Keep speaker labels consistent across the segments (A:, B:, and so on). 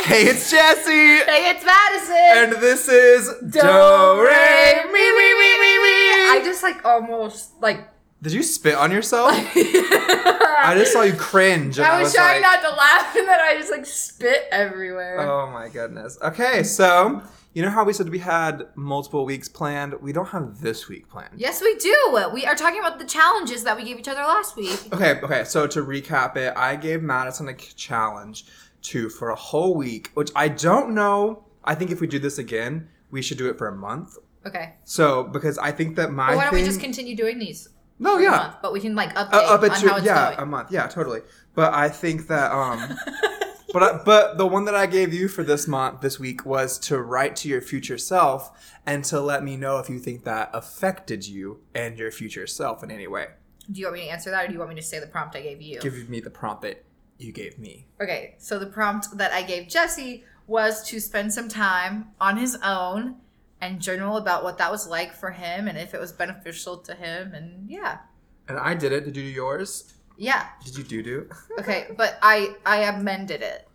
A: Hey, it's Jesse,
B: Hey, it's Madison.
A: and this is Do Re Mi Mi Mi Mi
B: I
A: Mi.
B: just like almost like.
A: Did you spit on yourself? I
B: I
A: just saw you cringe. And I,
B: I was trying
A: like,
B: not to laugh, and then I just like spit everywhere.
A: Oh my goodness. Okay, so you know how we said we had multiple weeks planned? We don't have this week planned.
B: Yes, we do. We are talking about the challenges that we gave each other last week.
A: Okay, okay. So to recap it, I gave Madison a k- challenge to for a whole week, which I don't know. I think if we do this again, we should do it for a month.
B: Okay.
A: So because I think that my
B: Well, why don't
A: thing,
B: we just continue doing these?
A: no,
B: for a
A: yeah,
B: month, but we can like update
A: Uh, up
B: on
A: at two,
B: how it's
A: yeah, a
B: going.
A: month, yeah, totally. But I think that, um, but I, but the one that I gave you for this month, this week, was to write to your future self and to let me know if you think that affected you and your future self in any way.
B: do you want me to answer that, or do you want me to say the prompt I gave you?
A: Give me the prompt that you gave me.
B: Okay, so the prompt that I gave Jesse was to spend some time on his own and journal about what that was like for him and if it was beneficial to him and yeah.
A: And I did it. Did you do yours?
B: Yeah.
A: Did you do do?
B: Okay, but I I amended it.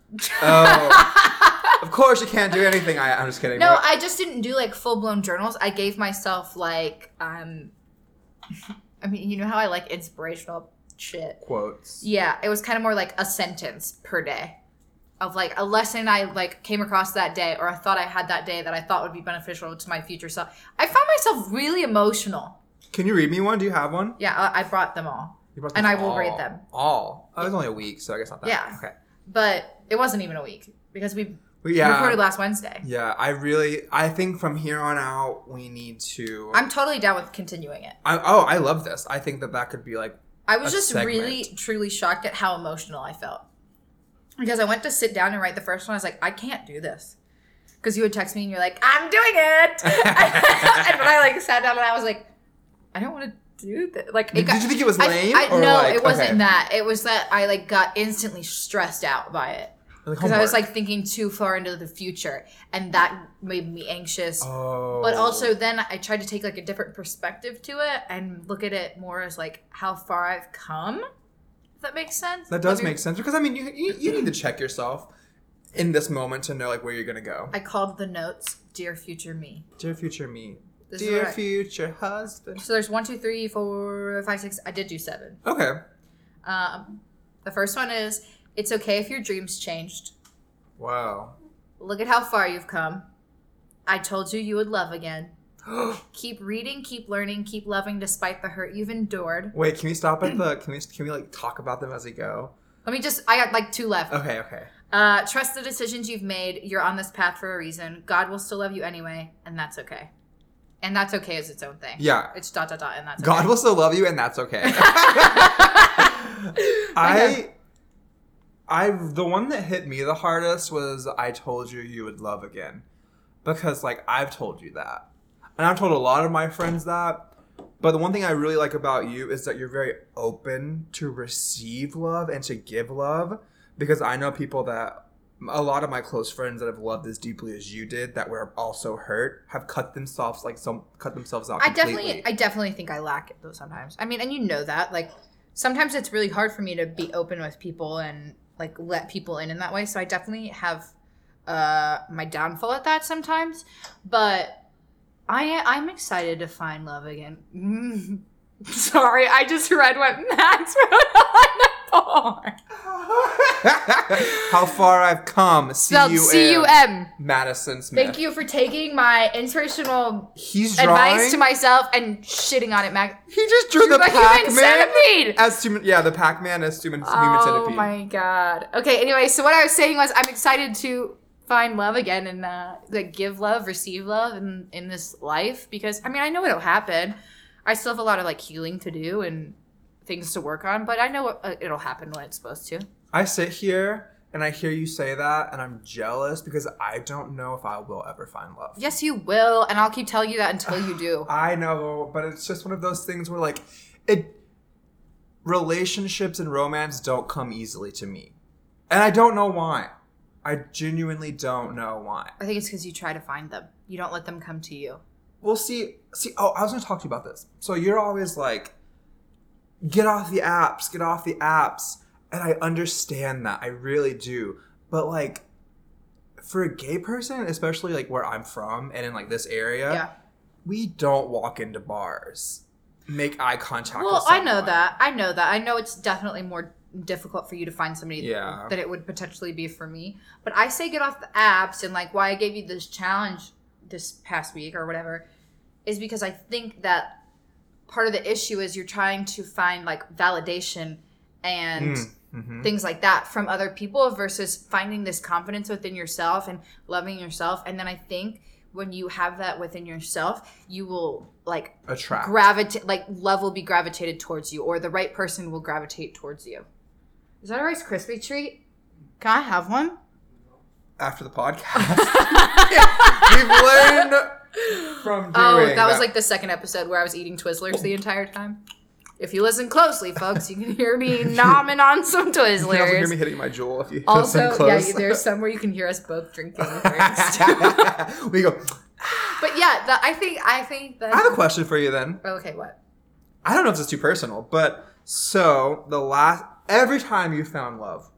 A: Oh, of course you can't do anything. I, I'm just kidding.
B: No,
A: What-
B: I just didn't do like full-blown journals. I gave myself like um I mean, you know how I like inspirational shit.
A: quotes.
B: Yeah, it was kind of more like a sentence per day of like a lesson I like came across that day or I thought I had that day that I thought would be beneficial to my future self. I found myself really emotional.
A: Can you read me one? Do you have one?
B: Yeah, I, I brought them all,
A: You brought
B: And
A: them
B: I will read
A: all-
B: them.
A: All. Oh, it was only a week, so I guess not that.
B: Yeah.
A: Okay.
B: but it wasn't even a week because we
A: Well, yeah.
B: recorded last Wednesday.
A: Yeah, I really, I think from here on out, we need to.
B: I'm totally down with continuing it.
A: I, oh, I love this. I think that that could be like,
B: I was
A: A
B: just really truly shocked at how emotional I felt because I went to sit down and write the first one. I was like, I can't do this because you would text me and you're like, I'm doing it, and when I like sat down and I was like, I don't want to do that. Like,
A: did you think it was lame?
B: I, I,
A: or
B: no,
A: like,
B: it wasn't
A: okay,
B: that. It was that I like got instantly stressed out by it
A: like
B: because I was
A: homework.
B: like thinking too far into the future, and that made me anxious.
A: oh,
B: But also, then I tried to take like a different perspective to it and look at it more as like how far I've come. If that makes sense.
A: that does
B: Maybe-
A: make sense because I mean, you, you you need to check yourself in this moment to know like where you're gonna go.
B: I called the notes "Dear Future Me."
A: Dear future me,
B: This is
A: dear
B: what I-
A: future husband.
B: So there's one, two, three, four, five, six. I did do seven.
A: Okay,
B: Um, the first one is it's okay if your dreams changed.
A: wow.
B: Look at how far you've come. I told you you would love again. Keep reading, keep learning, keep loving despite the hurt you've endured.
A: Wait, can we stop at the? Can we can we like talk about them as we go?
B: Let me just, I got like two left.
A: Okay, okay.
B: Uh, trust the decisions you've made. You're on this path for a reason. God will still love you anyway, and that's okay. And that's okay is its own thing.
A: Yeah.
B: It's dot, dot, dot, and that's
A: God
B: okay.
A: will still love you, and that's okay. I,
B: Okay.
A: I, the one that hit me the hardest was I told you you would love again, because like I've told you that, and I've told a lot of my friends that. But the one thing I really like about you is that you're very open to receive love and to give love, because I know people that a lot of my close friends that have loved as deeply as you did that were also hurt have cut themselves like some cut themselves out.
B: I
A: completely.
B: definitely, I definitely think I lack it though sometimes. I mean, and you know that. Like, sometimes it's really hard for me to be open with people and like let people in in that way. So I definitely have uh my downfall at that sometimes. But I, I'm excited to find love again. Mm. Sorry, I just read what Max wrote on the board.
A: How far I've come. C
B: Spelled C U M.
A: Madison Smith.
B: Thank you for taking my inspirational
A: He's drawing.
B: advice to myself and shitting on it, Max.
A: he just drew the
B: my human
A: Pac-Man
B: centipede.
A: as human. Yeah, the Pac-Man as human, human
B: Oh
A: centipede.
B: my god. Okay, anyway, so what I was saying was I'm excited to find love again and uh, like give love, receive love in in this life because I mean, I know it'll happen. I still have a lot of like healing to do and things to work on, but I know uh, it'll happen when it's supposed to.
A: I sit here and I hear you say that, and I'm jealous because I don't know if I will ever find love.
B: Yes, you will, and I'll keep telling you that until you do.
A: I know, but it's just one of those things where like it relationships and romance don't come easily to me. And I don't know why. I genuinely don't know why.
B: I think it's cuz you try to find them. You don't let them come to you.
A: Well, see, see. Oh, I was going to talk to you about this. So you're always like, get off the apps, get off the apps, and I understand that. I really do. But like, for a gay person, especially like where I'm from and in like this area,
B: Yeah.
A: we don't walk into bars, make eye contact.
B: Well,
A: with
B: I know
A: someone.
B: that. I know that. I know it's definitely more difficult for you to find somebody
A: Yeah.
B: that it would potentially be for me. But I say get off the apps and like why I gave you this challenge this past week or whatever is because I think that part of the issue is you're trying to find like validation and
A: Mm, mhm.
B: things like that from other people versus finding this confidence within yourself and loving yourself. And then I think when you have that within yourself, you will like
A: Attract.
B: gravitate like love will be gravitated towards you or the right person will gravitate towards you is that a rice krispie treat can i have one
A: after the podcast. We've learned from doing
B: oh that was like the second episode where i was eating twizzlers the entire time if you listen closely folks you can hear me nomming on some
A: You can also hear me
B: twizzlers
A: hitting my jewel if you
B: also,
A: listen
B: yeah
A: close.
B: you, there's some where you can hear us both drinking drinks too.
A: we go.
B: but yeah the, i think i think that Oh,
A: I have a question for you. Then
B: okay what
A: I don't know if this is too personal, but so the last every time you found love,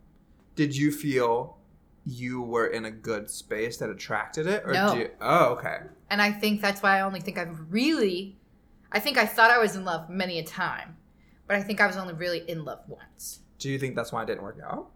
A: did you feel you were in a good space that attracted it, or
B: No.
A: do you, oh okay,
B: And I think that's why I only think I'm really, I think I thought I was in love many a time, but I think I was only really in love once
A: do you think that's why it didn't work out?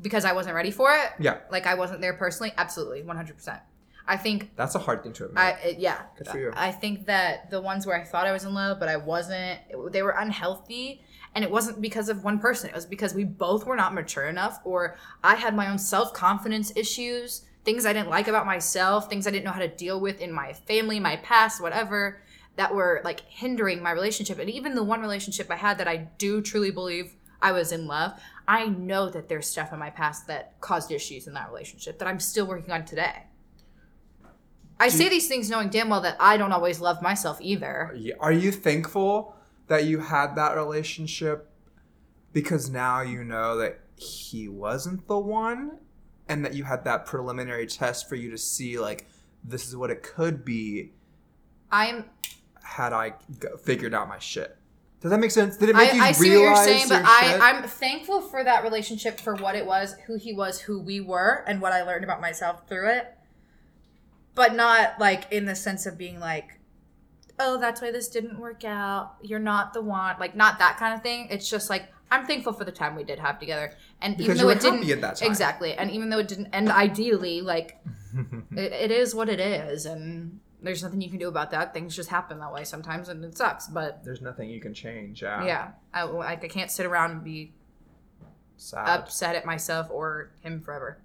B: because I wasn't ready for it.
A: Yeah,
B: Like I wasn't there personally. Absolutely, 100%. I think
A: that's a hard thing to admit.
B: I, it, yeah.
A: Good for you.
B: I think that the ones where I thought I was in love, but I wasn't, it- they were unhealthy. And it wasn't because of one person. It was because we both were not mature enough, or I had my own self confidence issues, things I didn't like about myself, things I didn't know how to deal with in my family, my past, whatever, that were like hindering my relationship. And even the one relationship I had that I do truly believe I was in love, I know that there's stuff in my past that caused issues in that relationship that I'm still working on today. I
A: Do-
B: say these things knowing damn well that I don't always love myself either.
A: Yeah. Are you thankful that you had that relationship because now you know that he wasn't the one and that you had that preliminary test for you to see like this is what it could be
B: I'm
A: had I g- figured out my shit. Does that make sense? Did it make you
B: I, I
A: realize
B: see what you're saying, but
A: your
B: I,
A: shit?
B: I'm thankful for that relationship for what it was, who he was, who we were, and what I learned about myself through it. But not like in the sense of being like, oh, that's why this didn't work out. You're not the one. Like, not that kind of thing. It's just like, I'm thankful for the time we did have together. And
A: because
B: even
A: you
B: though
A: were
B: it didn't.
A: happy at that time.
B: Exactly. And even though it didn't end ideally, like, it, it is what it is. And there's nothing you can do about that. Things just happen that way sometimes, and it sucks. But
A: There's nothing you can change. Yeah.
B: yeah, I, like I can't sit around and be
A: Sad.
B: upset at myself or him forever.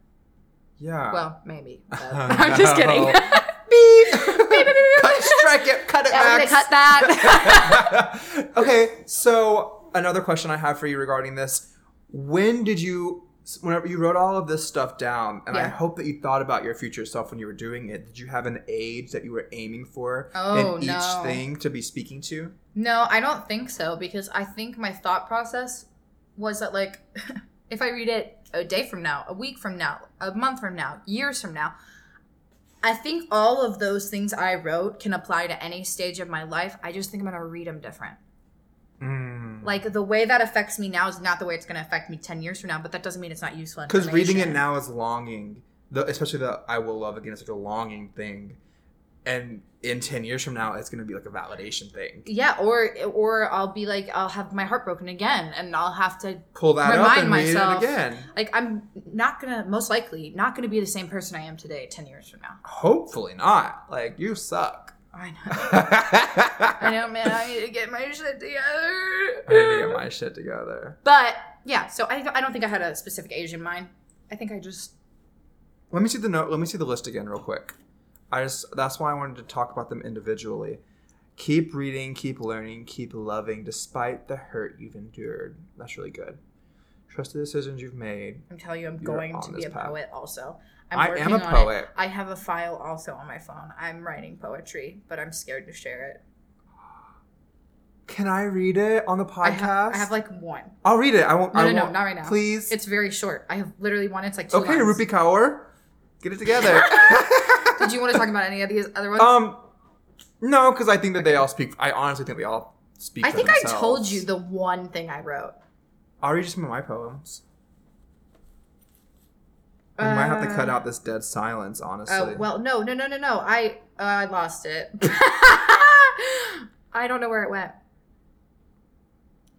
A: yeah.
B: Well, maybe. but- I'm just kidding.
A: Oh, No.
B: Beep. Beep, beep, beep, beep.
A: cut, strike it. Cut it,
B: Yeah, we're gonna
A: Max.
B: cut that.
A: okay, so another question I have for you regarding this. When did you, whenever you wrote all of this stuff down, and I
B: Yeah.
A: hope that you thought about your future self when you were doing it, did you have an age that you were aiming for
B: Oh,
A: in each
B: no.
A: thing to be speaking to?
B: no, I don't think so because I think my thought process was that like if I read it a day from now, a week from now, a month from now, years from now, I think all of those things I wrote can apply to any stage of my life. I just think I'm going to read them different.
A: Mm.
B: Like the way that affects me now is not the way it's going to affect me 10 years from now, but that doesn't mean it's not useful.
A: Because reading it
B: information.
A: now is longing, the, especially the I Will Love Again is like a longing thing. And in 10 years from now, it's going to be like a validation thing.
B: Yeah, or or I'll be like I'll have my heart broken again, and I'll have to
A: Pull that up
B: Remind
A: and
B: myself.
A: read it again.
B: like I'm not gonna most likely not gonna be the same person I am today ten years from now.
A: Hopefully not. Like, you suck.
B: I know, I know, man. I need to get my shit
A: I need to get
B: together.
A: my shit together.
B: But yeah, so I I don't think I had a specific age in mind. I think I just
A: Let me see the note. Let me see the list again, real quick. I just that's why I wanted to talk about them individually. Keep reading, keep learning, keep loving, despite the hurt you've endured. That's really good. Trust the decisions you've made.
B: I'm telling you I'm
A: You're
B: going
A: on
B: to be
A: this
B: a
A: path.
B: poet also.
A: i
B: I'm
A: am a
B: working on it.
A: poet.
B: I have a file also on my phone. I'm writing poetry, but I'm scared to share it.
A: Can I read it on the podcast?
B: I have, I have like one.
A: I'll read it. I won't.
B: No,
A: I
B: no, no,
A: won't.
B: not right now.
A: Please.
B: It's very short. I have literally one. It's like two
A: okay,
B: lines.
A: Rupi Kaur. Get it together.
B: Did you want to talk about any of these other ones?
A: um, no, because I think that they all speak. I honestly think they all speak.
B: I
A: for
B: think I told
A: themselves.
B: you the one thing I wrote.
A: I'll read you some of my poems. And my have to cut out this dead silence, honestly.
B: Um, Oh well, no, no, no, no, no. I uh, I lost it. I don't know where it went.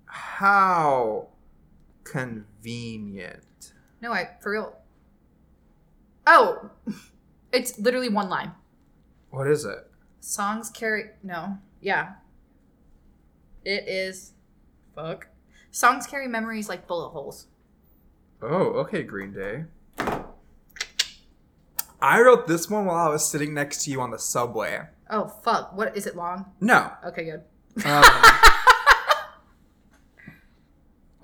A: How convenient.
B: No, I for real. Oh, it's literally one line.
A: What is it?
B: Songs carry no, yeah. It is, fuck. Songs carry memories like bullet holes.
A: Oh, okay, Green Day. I wrote this one while I was sitting next to you on the subway.
B: Oh fuck! What is it long?
A: No.
B: Okay, good.
A: Um,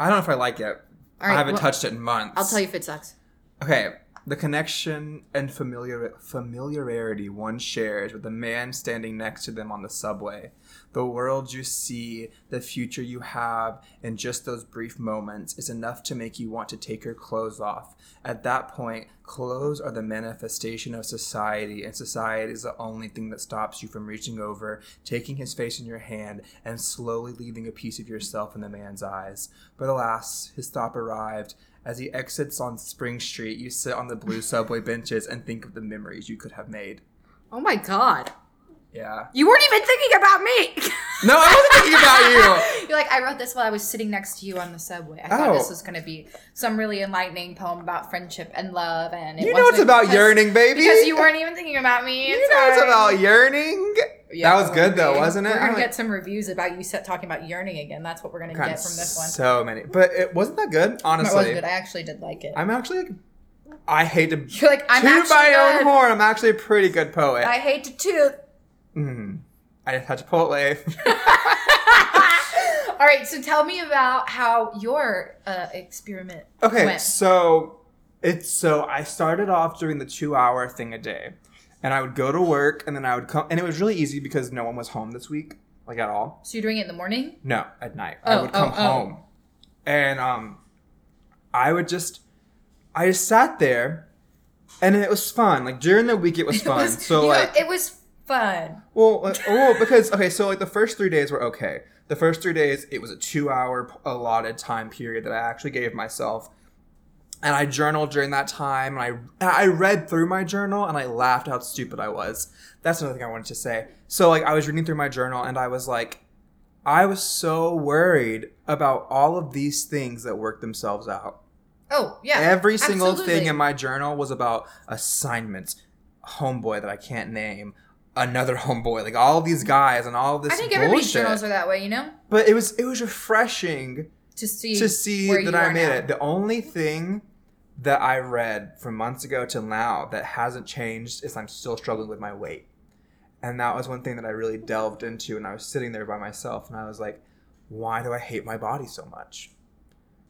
A: I don't know if I like it.
B: All
A: I
B: right,
A: haven't
B: well,
A: touched it in months.
B: I'll tell you if it sucks.
A: Okay, the connection and familiar familiarity one shares with the man standing next to them on the subway, the world you see, the future you have in just those brief moments is enough to make you want to take your clothes off. At that point, clothes are the manifestation of society, and society is the only thing that stops you from reaching over, taking his face in your hand, and slowly leaving a piece of yourself in the man's eyes. But alas, his stop arrived. As he exits on Spring Street, you sit on the blue subway benches and think of the memories you could have made.
B: Oh my god!
A: Yeah.
B: You weren't even thinking about me.
A: No, I wasn't thinking about you.
B: You're like, I wrote this while I was sitting next to you on the subway. I thought
A: Oh.
B: this was gonna be some really enlightening poem about friendship and love, and it
A: You know it's
B: wasn't
A: about
B: because-
A: yearning, baby.
B: Because you weren't even thinking about me.
A: You know it's about yearning.
B: Yeah,
A: that was
B: we're
A: good though,
B: gonna-
A: wasn't it?
B: We're
A: I
B: gonna
A: like-
B: get some reviews about you set, talking about yearning again. That's what we're gonna
A: Gotten
B: get from this one.
A: So many, but it wasn't that good,
B: No,
A: honestly.
B: it wasn't good. I actually did like it.
A: I'm actually, like, I hate to
B: You're like, I'm
A: toot
B: actually
A: my
B: good.
A: own horn. I'm actually a pretty good poet.
B: I hate to toot.
A: Mm. I just had Chipotle.
B: All right, so tell me about how your uh, experiment
A: Okay,
B: went.
A: so it's so I started off doing the two hour thing a day, and I would go to work, and then I would come, and it was really easy because no one was home this week, like at all.
B: So you're doing it in the morning?
A: No, at night
B: Oh,
A: I would come
B: oh, oh.
A: home, and um, I would just, I just sat there, and it was fun. Like during the week, it was fun.
B: It was,
A: so
B: you know,
A: like,
B: it was fun.
A: well, uh, well, because okay, so like the first three days were okay. The first three days, it was a two-hour p- allotted time period that I actually gave myself, and I journaled during that time, and I I read through my journal, and I laughed how stupid I was. That's another thing I wanted to say. So like I was reading through my journal, and I was like, I was so worried about all of these things that work themselves out.
B: Oh yeah,
A: Every single
B: absolutely.
A: thing in my journal was about assignments, homeboy that I can't name, another homeboy, like all these guys and all this
B: I think everybody's
A: bullshit.
B: journals are that way, you know.
A: but it was it was refreshing
B: To see
A: to see
B: where
A: that
B: you
A: I
B: are
A: made
B: now.
A: it. The only thing that I read from months ago till now that hasn't changed is I'm still struggling with my weight. And that was one thing that I really delved into and I was sitting there by myself and I was like, why do I hate my body so much?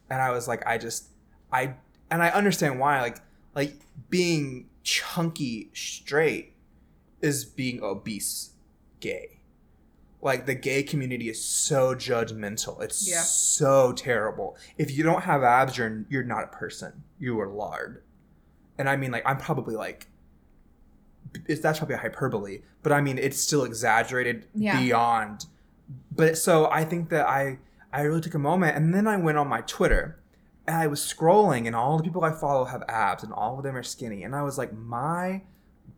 A: And I was like, I just I and I understand why like like being chunky straight is being obese gay. Like the gay community is so judgmental. It's
B: Yeah.
A: so terrible. If you don't have abs, you're you're not a person. You are lard. And I mean like I'm probably like it's, that's probably a hyperbole, but I mean it's still exaggerated
B: Yeah.
A: beyond. But so I think that I I really took a moment and then I went on my Twitter and I was scrolling, and all the people I follow have abs, and all of them are skinny. And I was like, my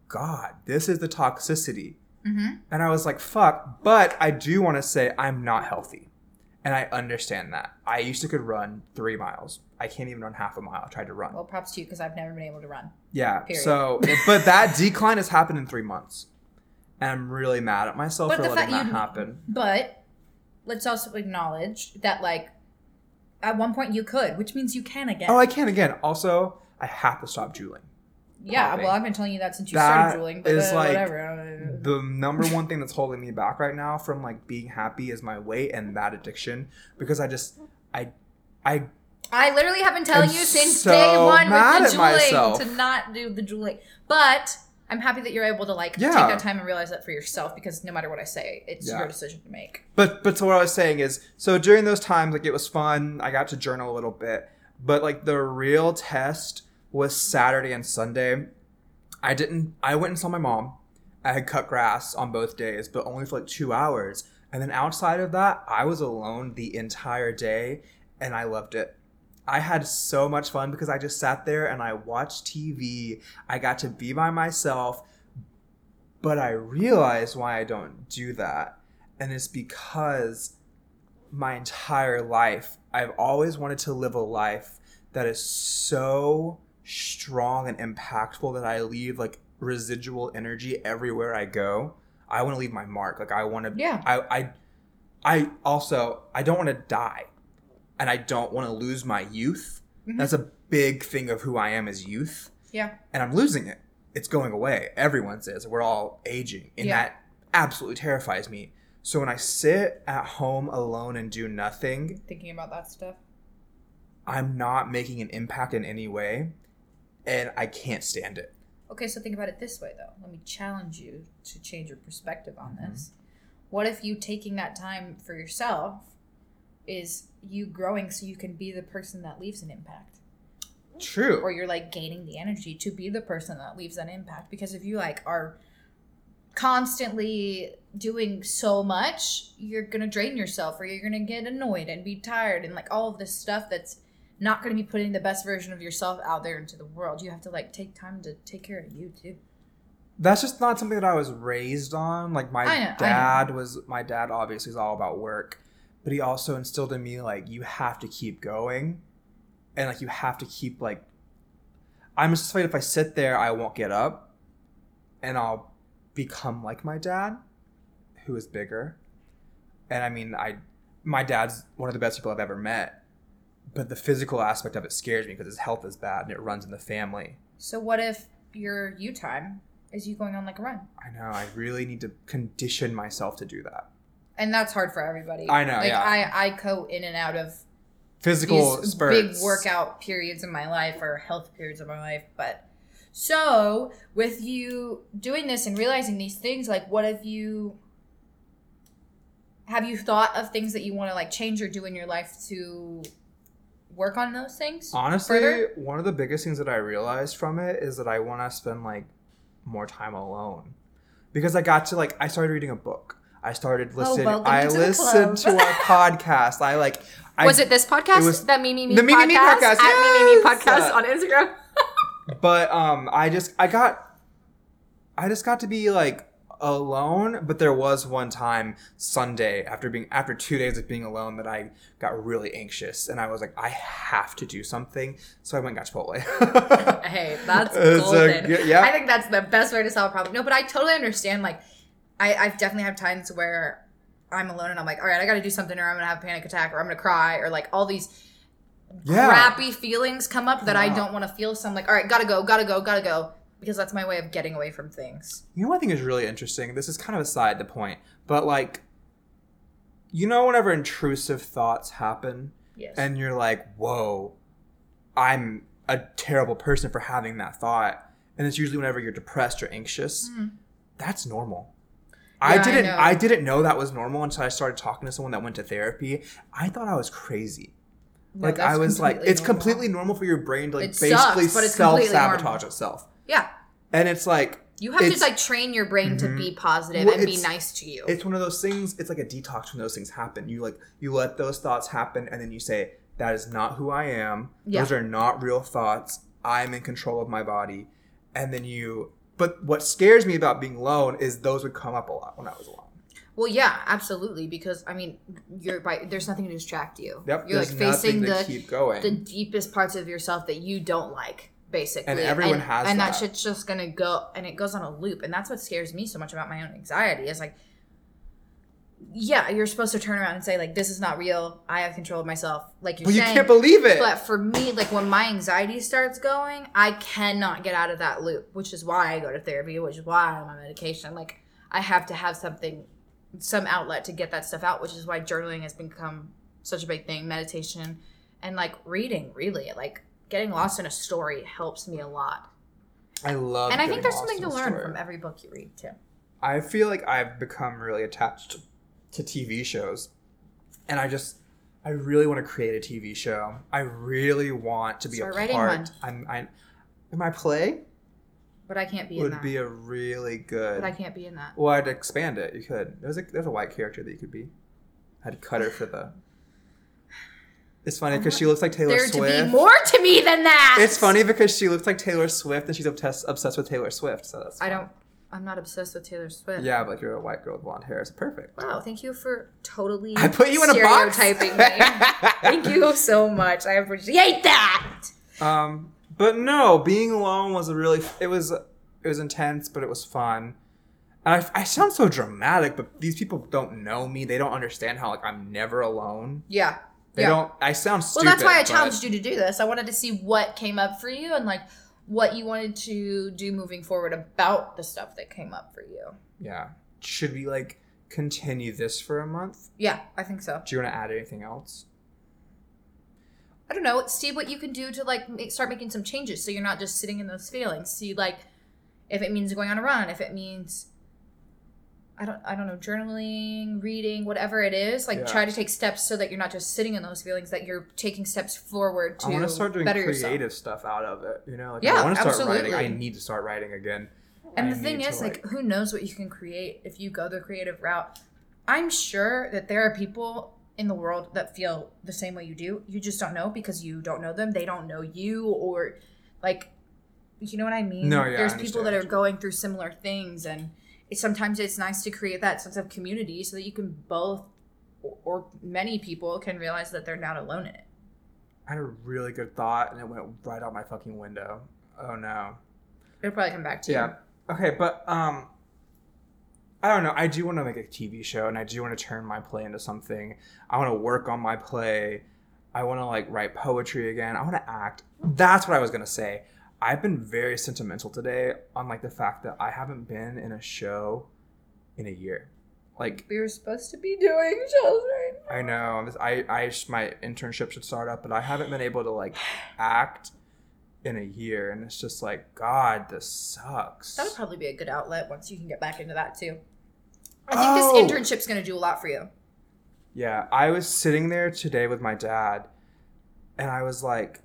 A: God, this is the toxicity.
B: Mhm.
A: And I was like, fuck. But I do want to say I'm not healthy. And I understand that. I used to could run three miles. I can't even run half a mile. I tried to run.
B: Well, props to you because I've never been able to run.
A: yeah.
B: period.
A: So, but that decline has happened in three months. And I'm really mad at myself
B: But
A: for
B: the
A: letting
B: fact
A: that
B: you-
A: happen.
B: But let's also acknowledge that, like, at one point you could, which means you can again.
A: Oh, I can again. Also, I have to stop juuling.
B: yeah,
A: popping.
B: well, I've been telling you that since you
A: That
B: started drooling, but
A: is,
B: uh,
A: like,
B: whatever.
A: the number one thing that's holding me back right now from like being happy is my weight and that addiction because I just I I
B: I literally have been telling
A: I'm
B: you since
A: so
B: day one
A: mad
B: with
A: at
B: the juuling
A: myself.
B: to not do the juuling. But I'm happy that you're able to like
A: Yeah.
B: take that time and realize that for yourself because no matter what I say, it's
A: Yeah.
B: your decision to make.
A: but but so what I was saying is so during those times like it was fun I got to journal a little bit but like the real test was Saturday and Sunday I didn't I went and saw my mom I had cut grass on both days but only for like 2 hours and then outside of that I was alone the entire day and I loved it I had so much fun because I just sat there and I watched TV. I got to be by myself. But I realized why I don't do that. And it's because my entire life, I've always wanted to live a life that is so strong and impactful that I leave like residual energy everywhere I go. I want to leave my mark. Like I want to
B: Yeah.
A: I I I also I don't want to die. And I don't want to lose my youth.
B: Mhm.
A: That's a big thing of who I am as youth
B: Yeah.
A: and I'm losing it. It's going away. Everyone says we're all aging, and
B: Yeah.
A: that absolutely terrifies me. So when I sit at home alone and do nothing,
B: Thinking about that stuff.
A: I'm not making an impact in any way, and I can't stand it.
B: Okay, so think about it this way, though. Let me challenge you to change your perspective on
A: Mm-hmm.
B: this. What if you taking that time for yourself is you growing so you can be the person that leaves an impact?
A: True.
B: Or you're like gaining the energy to be the person that leaves an impact? Because if you like are constantly doing so much, you're going to drain yourself or you're going to get annoyed and be tired and like all of this stuff that's not going to be putting the best version of yourself out there into the world. You have to like take time to take care of you too.
A: That's just not something that I was raised on. Like my
B: I know, I know.
A: dad was. My dad obviously is all about work, but he also instilled in me like you have to keep going, and like you have to keep like. I'm just afraid if I sit there, I won't get up, and I'll become like my dad, who is bigger, and I mean I, my dad's one of the best people I've ever met, but the physical aspect of it scares me because his health is bad and it runs in the family.
B: So what if your you time is you going on like a run?
A: I know. I really need to condition myself to do that.
B: And that's hard for everybody.
A: I know,
B: Like
A: yeah.
B: I, I go in and out of
A: Physical
B: these
A: spurts.
B: big workout periods in my life or health periods of my life, but so with you doing this and realizing these things, like what have you have you thought of things that you want to like change or do in your life to work on those things?
A: Honestly,
B: further?
A: one of the biggest things that I realized from it is that I want to spend like more time alone because I got to like I started reading a book. I started listening.
B: Oh, welcome
A: I
B: to the
A: listened to
B: club.
A: our podcast. I like. I,
C: was it this podcast?
A: it was-
C: that Mimi Me
A: The
C: podcast?
A: Me Me Me podcast,
C: At Mimi Me
A: yes!
C: podcast on Instagram.
A: But um, I just I got, I just got to be like alone. But there was one time Sunday after being after two days of being alone that I got really anxious and I was like I have to do something. So I went and got Chipotle.
B: Hey, that's
A: It's a
B: golden.
A: good- yeah.
B: I think that's the best way to solve a problem. No, but I totally understand. Like, I, I've definitely have times where I'm alone and I'm like, all right, I got to do something, or I'm gonna have a panic attack, or I'm gonna cry, or like all these
A: yeah.
B: crappy feelings come up that I
A: Yeah.
B: don't want to feel. So I'm like, all right, gotta go, gotta go, gotta go, because that's my way of getting away from things.
A: You know what I think is really interesting? This is kind of aside the point, but like, you know, whenever intrusive thoughts happen
B: Yes.
A: and you're like, whoa, I'm a terrible person for having that thought. And it's usually whenever you're depressed or anxious.
B: Mm.
A: That's normal.
B: Yeah,
A: I
B: I
A: didn't
B: know.
A: I, didn't know that was normal until I started talking to someone that went to therapy. I thought I was crazy.
B: No,
A: like
B: that's
A: I was like
B: completely
A: it's
B: normal.
A: completely normal for your brain to like
B: It sucks,
A: basically
B: but it's
A: self
B: completely
A: sabotage
B: normal.
A: itself.
B: Yeah,
A: And it's like
B: you have to
A: It's- Mm-hmm.
B: like train your brain to be positive
A: Well,
B: and be
A: it's-
B: nice to you.
A: it's one of those things it's like a detox when those things happen you like you let those thoughts happen and then you say that is not who i am
B: Yeah.
A: those are not real thoughts i'm in control of my body and then you but what scares me about being alone is those would come up a lot when i was alone
B: Well, yeah, absolutely. Because I mean, you're by there's nothing to distract you.
A: yep
B: you're like
A: there's
B: facing
A: nothing to
B: the
A: keep going
B: the deepest parts of yourself that you don't like, basically.
A: And everyone
B: and,
A: has
B: and that.
A: that.
B: shit's just gonna go and it goes on a loop. And that's what scares me so much about my own anxiety is like, yeah, you're supposed to turn around and say like, this is not real. I have control of myself. Like you're
A: but you
B: saying,
A: can't believe it
B: but for me, like when my anxiety starts going, I cannot get out of that loop, which is why I go to therapy, which is why I'm on medication. Like I have to have something, some outlet to get that stuff out, which is why journaling has become such a big thing. Meditation and like reading, really, like getting lost in a story helps me a lot.
A: i love
B: and I think
A: getting
B: there's
A: lost
B: something
A: in
B: to
A: the
B: learn
A: story.
B: from every book you read too.
A: I feel like I've become really attached to TV shows. And I just I really want to create a TV show. I really want to be
B: Start
A: a
B: writing
A: part.
B: one.
A: I'm I my play
B: But I can't be in
A: would
B: that.
A: be a really good
B: but I can't be in that.
A: Well, I'd expand it. You could. There's a there's a white character that you could be. I'd cut her for the It's funny because she looks like Taylor
B: there
A: Swift.
B: to be more to me than that.
A: It's funny because she looks like Taylor Swift and she's obsessed obsessed with Taylor Swift. So that's
B: I
A: fine.
B: don't. I'm not obsessed with Taylor Swift.
A: Yeah, but you're a white girl with blonde hair. It's perfect.
B: Wow. Thank you for totally.
A: I put you in a box.
B: Stereotyping me. Thank you so much. I appreciate that.
A: Um, but no, being alone was a really it was it was intense, but it was fun. And I, I sound so dramatic, but these people don't know me. They don't understand how like I'm never alone.
B: Yeah.
A: They
B: yeah.
A: don't. I sound
B: well,
A: stupid.
B: that's why I
A: but-
B: challenged you to do this. I wanted to see what came up for you and like what you wanted to do moving forward about the stuff that came up for you.
A: Yeah. Should we like continue this for a month?
B: Yeah, I think so.
A: Do you want to add anything else?
B: I don't know. See what you can do to like make, start making some changes so you're not just sitting in those feelings. See like if it means going on a run, if it means I don't I don't know journaling, reading, whatever it is. Like
A: Yeah.
B: try to take steps so that you're not just sitting in those feelings. That you're taking steps forward to
A: I want to start doing
B: better
A: creative
B: yourself.
A: stuff out of it. You know, like
B: Yeah,
A: I want to start
B: absolutely.
A: writing. I need to start writing again.
B: And
A: I
B: the thing
A: need to,
B: is, like, who knows what you can create if you go the creative route? I'm sure that there are people in the world that feel the same way you do. You just don't know because you don't know them. They don't know you, or like, you know what I mean?
A: No, yeah, I
B: There's people
A: understand.
B: that are going through similar things, and it, sometimes it's nice to create that sense of community so that you can both, or, or many people can realize that they're not alone in it.
A: I had a really good thought, and it went right out my fucking window. Oh no.
B: It'll probably come back to you.
A: Yeah. Okay, but um I don't know. I do want to make a TV show and I do want to turn my play into something. I want to work on my play. I want to like write poetry again. I want to act. That's what I was going to say. I've been very sentimental today on like the fact that I haven't been in a show in a year. Like
B: We were supposed to be doing shows right now.
A: I know this, I I sh- my internship should start up, but I haven't been able to like act in a year and it's just like god, this sucks.
B: That would probably be a good outlet once you can get back into that too. I
A: Oh!
B: think this internship's gonna do a lot for you.
A: Yeah, I was sitting there today with my dad, and I was like,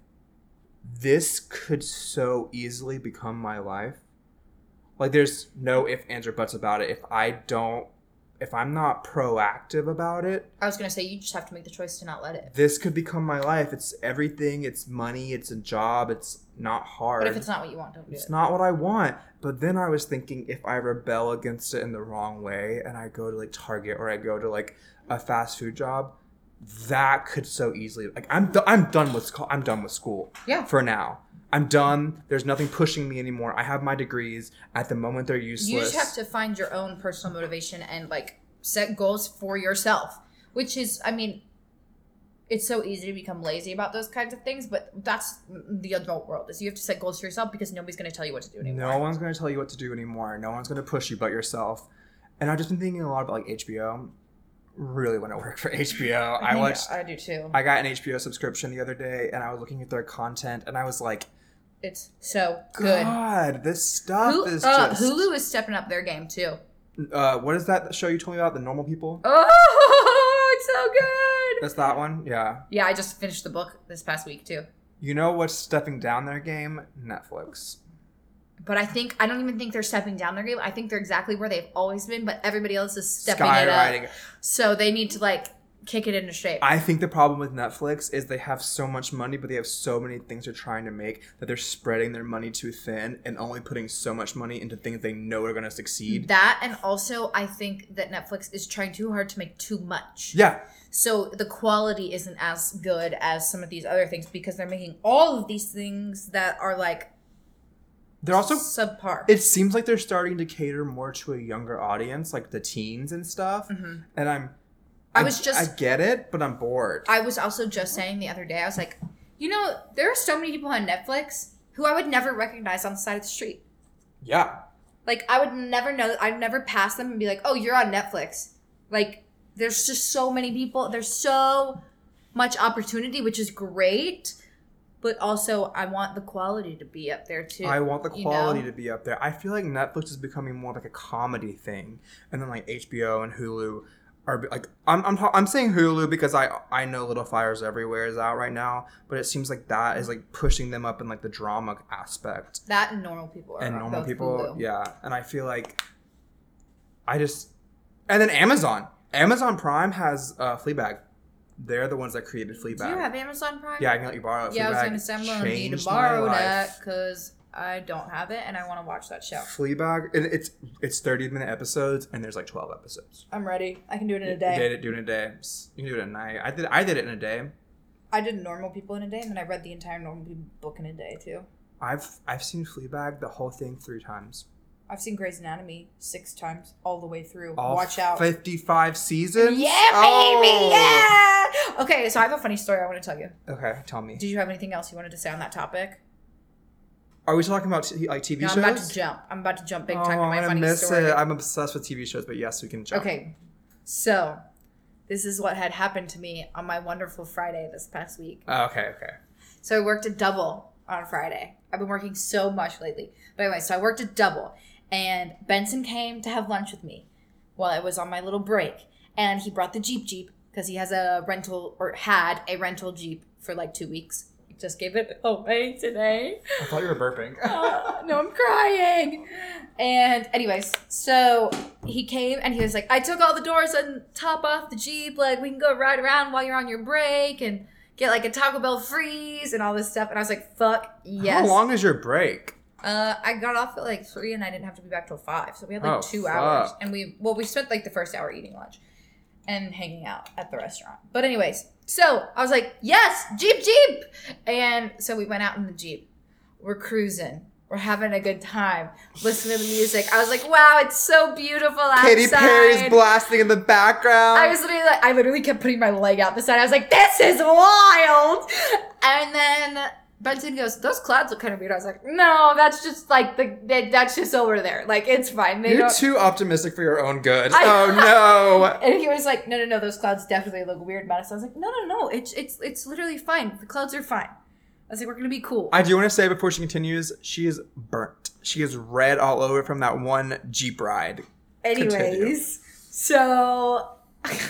A: this could so easily become my life. Like, there's no if, ands, or buts about it. If I don't, if I'm not proactive about it,
B: I was gonna say you just have to make the choice to not let it.
A: this could become my life. It's everything, it's money, it's a job, it's not hard.
B: But if it's not what you want, don't do
A: It's
B: it.
A: not what I want. But then I was thinking if I rebel against it in the wrong way and I go to like Target or I go to like a fast food job, that could so easily like I'm do- I'm done with sco- I'm done with school.
B: Yeah.
A: For now. I'm done. There's nothing pushing me anymore. I have my degrees. At the moment they're useless.
B: You just have to find your own personal motivation and like set goals for yourself, which is, I mean, it's so easy to become lazy about those kinds of things. But that's the adult world is you have to set goals for yourself because nobody's gonna tell you what to do anymore.
A: No one's going to tell you what to do anymore. No one's going to push you but yourself. And I've just been thinking a lot about like HBO. Really want to work for HBO. I
B: think
A: watched
B: I do too.
A: I got an HBO subscription the other day and I was looking at their content and I was like,
B: it's so good.
A: God, this stuff
B: Hulu,
A: is
B: uh,
A: just.
B: Hulu is stepping up their game too.
A: Uh, what is that show you told me about? The Normal People?
B: Oh, it's so good.
A: That's that one? Yeah.
B: Yeah, I just finished the book this past week too.
A: You know what's stepping down their game? Netflix.
B: But I think I don't even think they're stepping down their game. I think they're exactly where they've always been, but everybody else is stepping it up.
A: Skywriting.
B: So they need to like kick it into shape.
A: I think the problem with Netflix is they have so much money, but they have so many things they're trying to make that they're spreading their money too thin and only putting so much money into things they know are going to succeed.
B: that and also I think that Netflix is trying too hard to make too much.
A: Yeah.
B: So the quality isn't as good as some of these other things because they're making all of these things that are like
A: They're also
B: subpar.
A: it seems like they're starting to cater more to a younger audience, like the teens and stuff.
B: Mhm.
A: And I'm,
B: I was just-
A: I get it, but I'm bored.
B: I was also just saying the other day, I was like, you know, there are so many people on Netflix who I would never recognize on the side of the street.
A: yeah,
B: Like, I would never know, I'd never pass them and be like, oh, you're on Netflix. Like, there's just so many people. There's so much opportunity, which is great. But also, I want the quality to be up there too.
A: I want the
B: you
A: quality
B: know?
A: to be up there. I feel like Netflix is becoming more like a comedy thing, and then like HBO and Hulu are be- like I'm I'm, ta- I'm saying Hulu because I I know Little Fires Everywhere is out right now, but it seems like that is like pushing them up in like the drama aspect
B: that and normal people are
A: and
B: on
A: normal
B: both
A: people.
B: Hulu.
A: Yeah, and I feel like I just and then Amazon Amazon Prime has uh, Fleabag. They're the ones that created Fleabag.
B: Do you have Amazon Prime?
A: Yeah, I can let you borrow it.
B: Yeah, I was
A: Fleabag
B: gonna say I'm gonna need to
A: changed my
B: borrow
A: life.
B: that because I don't have it and I want to watch that show.
A: Fleabag, and it's it's thirty minute episodes, and there's like twelve episodes.
B: I'm ready. I can do it in a
A: You
B: day.
A: did it, do it in a day. You can do it at night. I did I did it in a day.
B: I did Normal People in a day, and then I read the entire Normal People book in a day too.
A: I've I've seen Fleabag the whole thing three times.
B: I've seen Grey's Anatomy six times all the way through.
A: All
B: Watch out.
A: Fifty five
B: yeah,
A: seasons.
B: baby.
A: Oh.
B: Yeah. Okay, so I have a funny story I want to tell you.
A: Okay, tell me.
B: Did you have anything else you wanted to say on that topic?
A: Are we talking about t- like TV
B: No,
A: shows?
B: I'm about to jump. I'm about to jump big time
A: oh,
B: to my
A: I
B: funny
A: miss
B: story.
A: it. I'm obsessed with TV shows, but yes, we can jump.
B: Okay, so this is what had happened to me on my wonderful Friday this past week.
A: Oh, okay. Okay.
B: So I worked a double on Friday. I've been working so much lately. But anyway, so I worked a double, and Benson came to have lunch with me while I was on my little break, and he brought the Jeep Jeep because he has a rental or had a rental Jeep for like two weeks. Just gave it away today.
A: I thought you were burping.
B: Uh, no, I'm crying. And anyways, so he came and he was like, I took all the doors and top off the Jeep. Like, we can go ride around while you're on your break and get like a Taco Bell freeze and all this stuff. And I was like, fuck yes.
A: How long is your break?
B: Uh, I got off at like three and I didn't have to be back till five. So we had like
A: Oh,
B: two
A: fuck.
B: hours. And we, well, we spent like the first hour eating lunch and hanging out at the restaurant. But, anyways, so I was like, yes, Jeep, Jeep. And so we went out in the Jeep. We're cruising. We're having a good time. Listening to the music. I was like, wow, it's so beautiful outside.
A: Katy Perry's blasting in the background.
B: I was literally like, I literally kept putting my leg out the side. I was like, this is wild. And then Benson goes, those clouds look kind of weird. I was like, no, that's just like the that, that's just over there. Like it's fine. They
A: You're
B: don't.
A: too optimistic for your own good.
B: I-
A: oh
B: and he was like, no, no, no, those clouds definitely look weird, Madison. I was like, no, no, no, it's it's it's literally fine. The clouds are fine. I was like, we're gonna be cool.
A: no! I do want to say before she continues, she is burnt. She is red all over from that one Jeep ride.
B: Anyways,
A: Continue.
B: so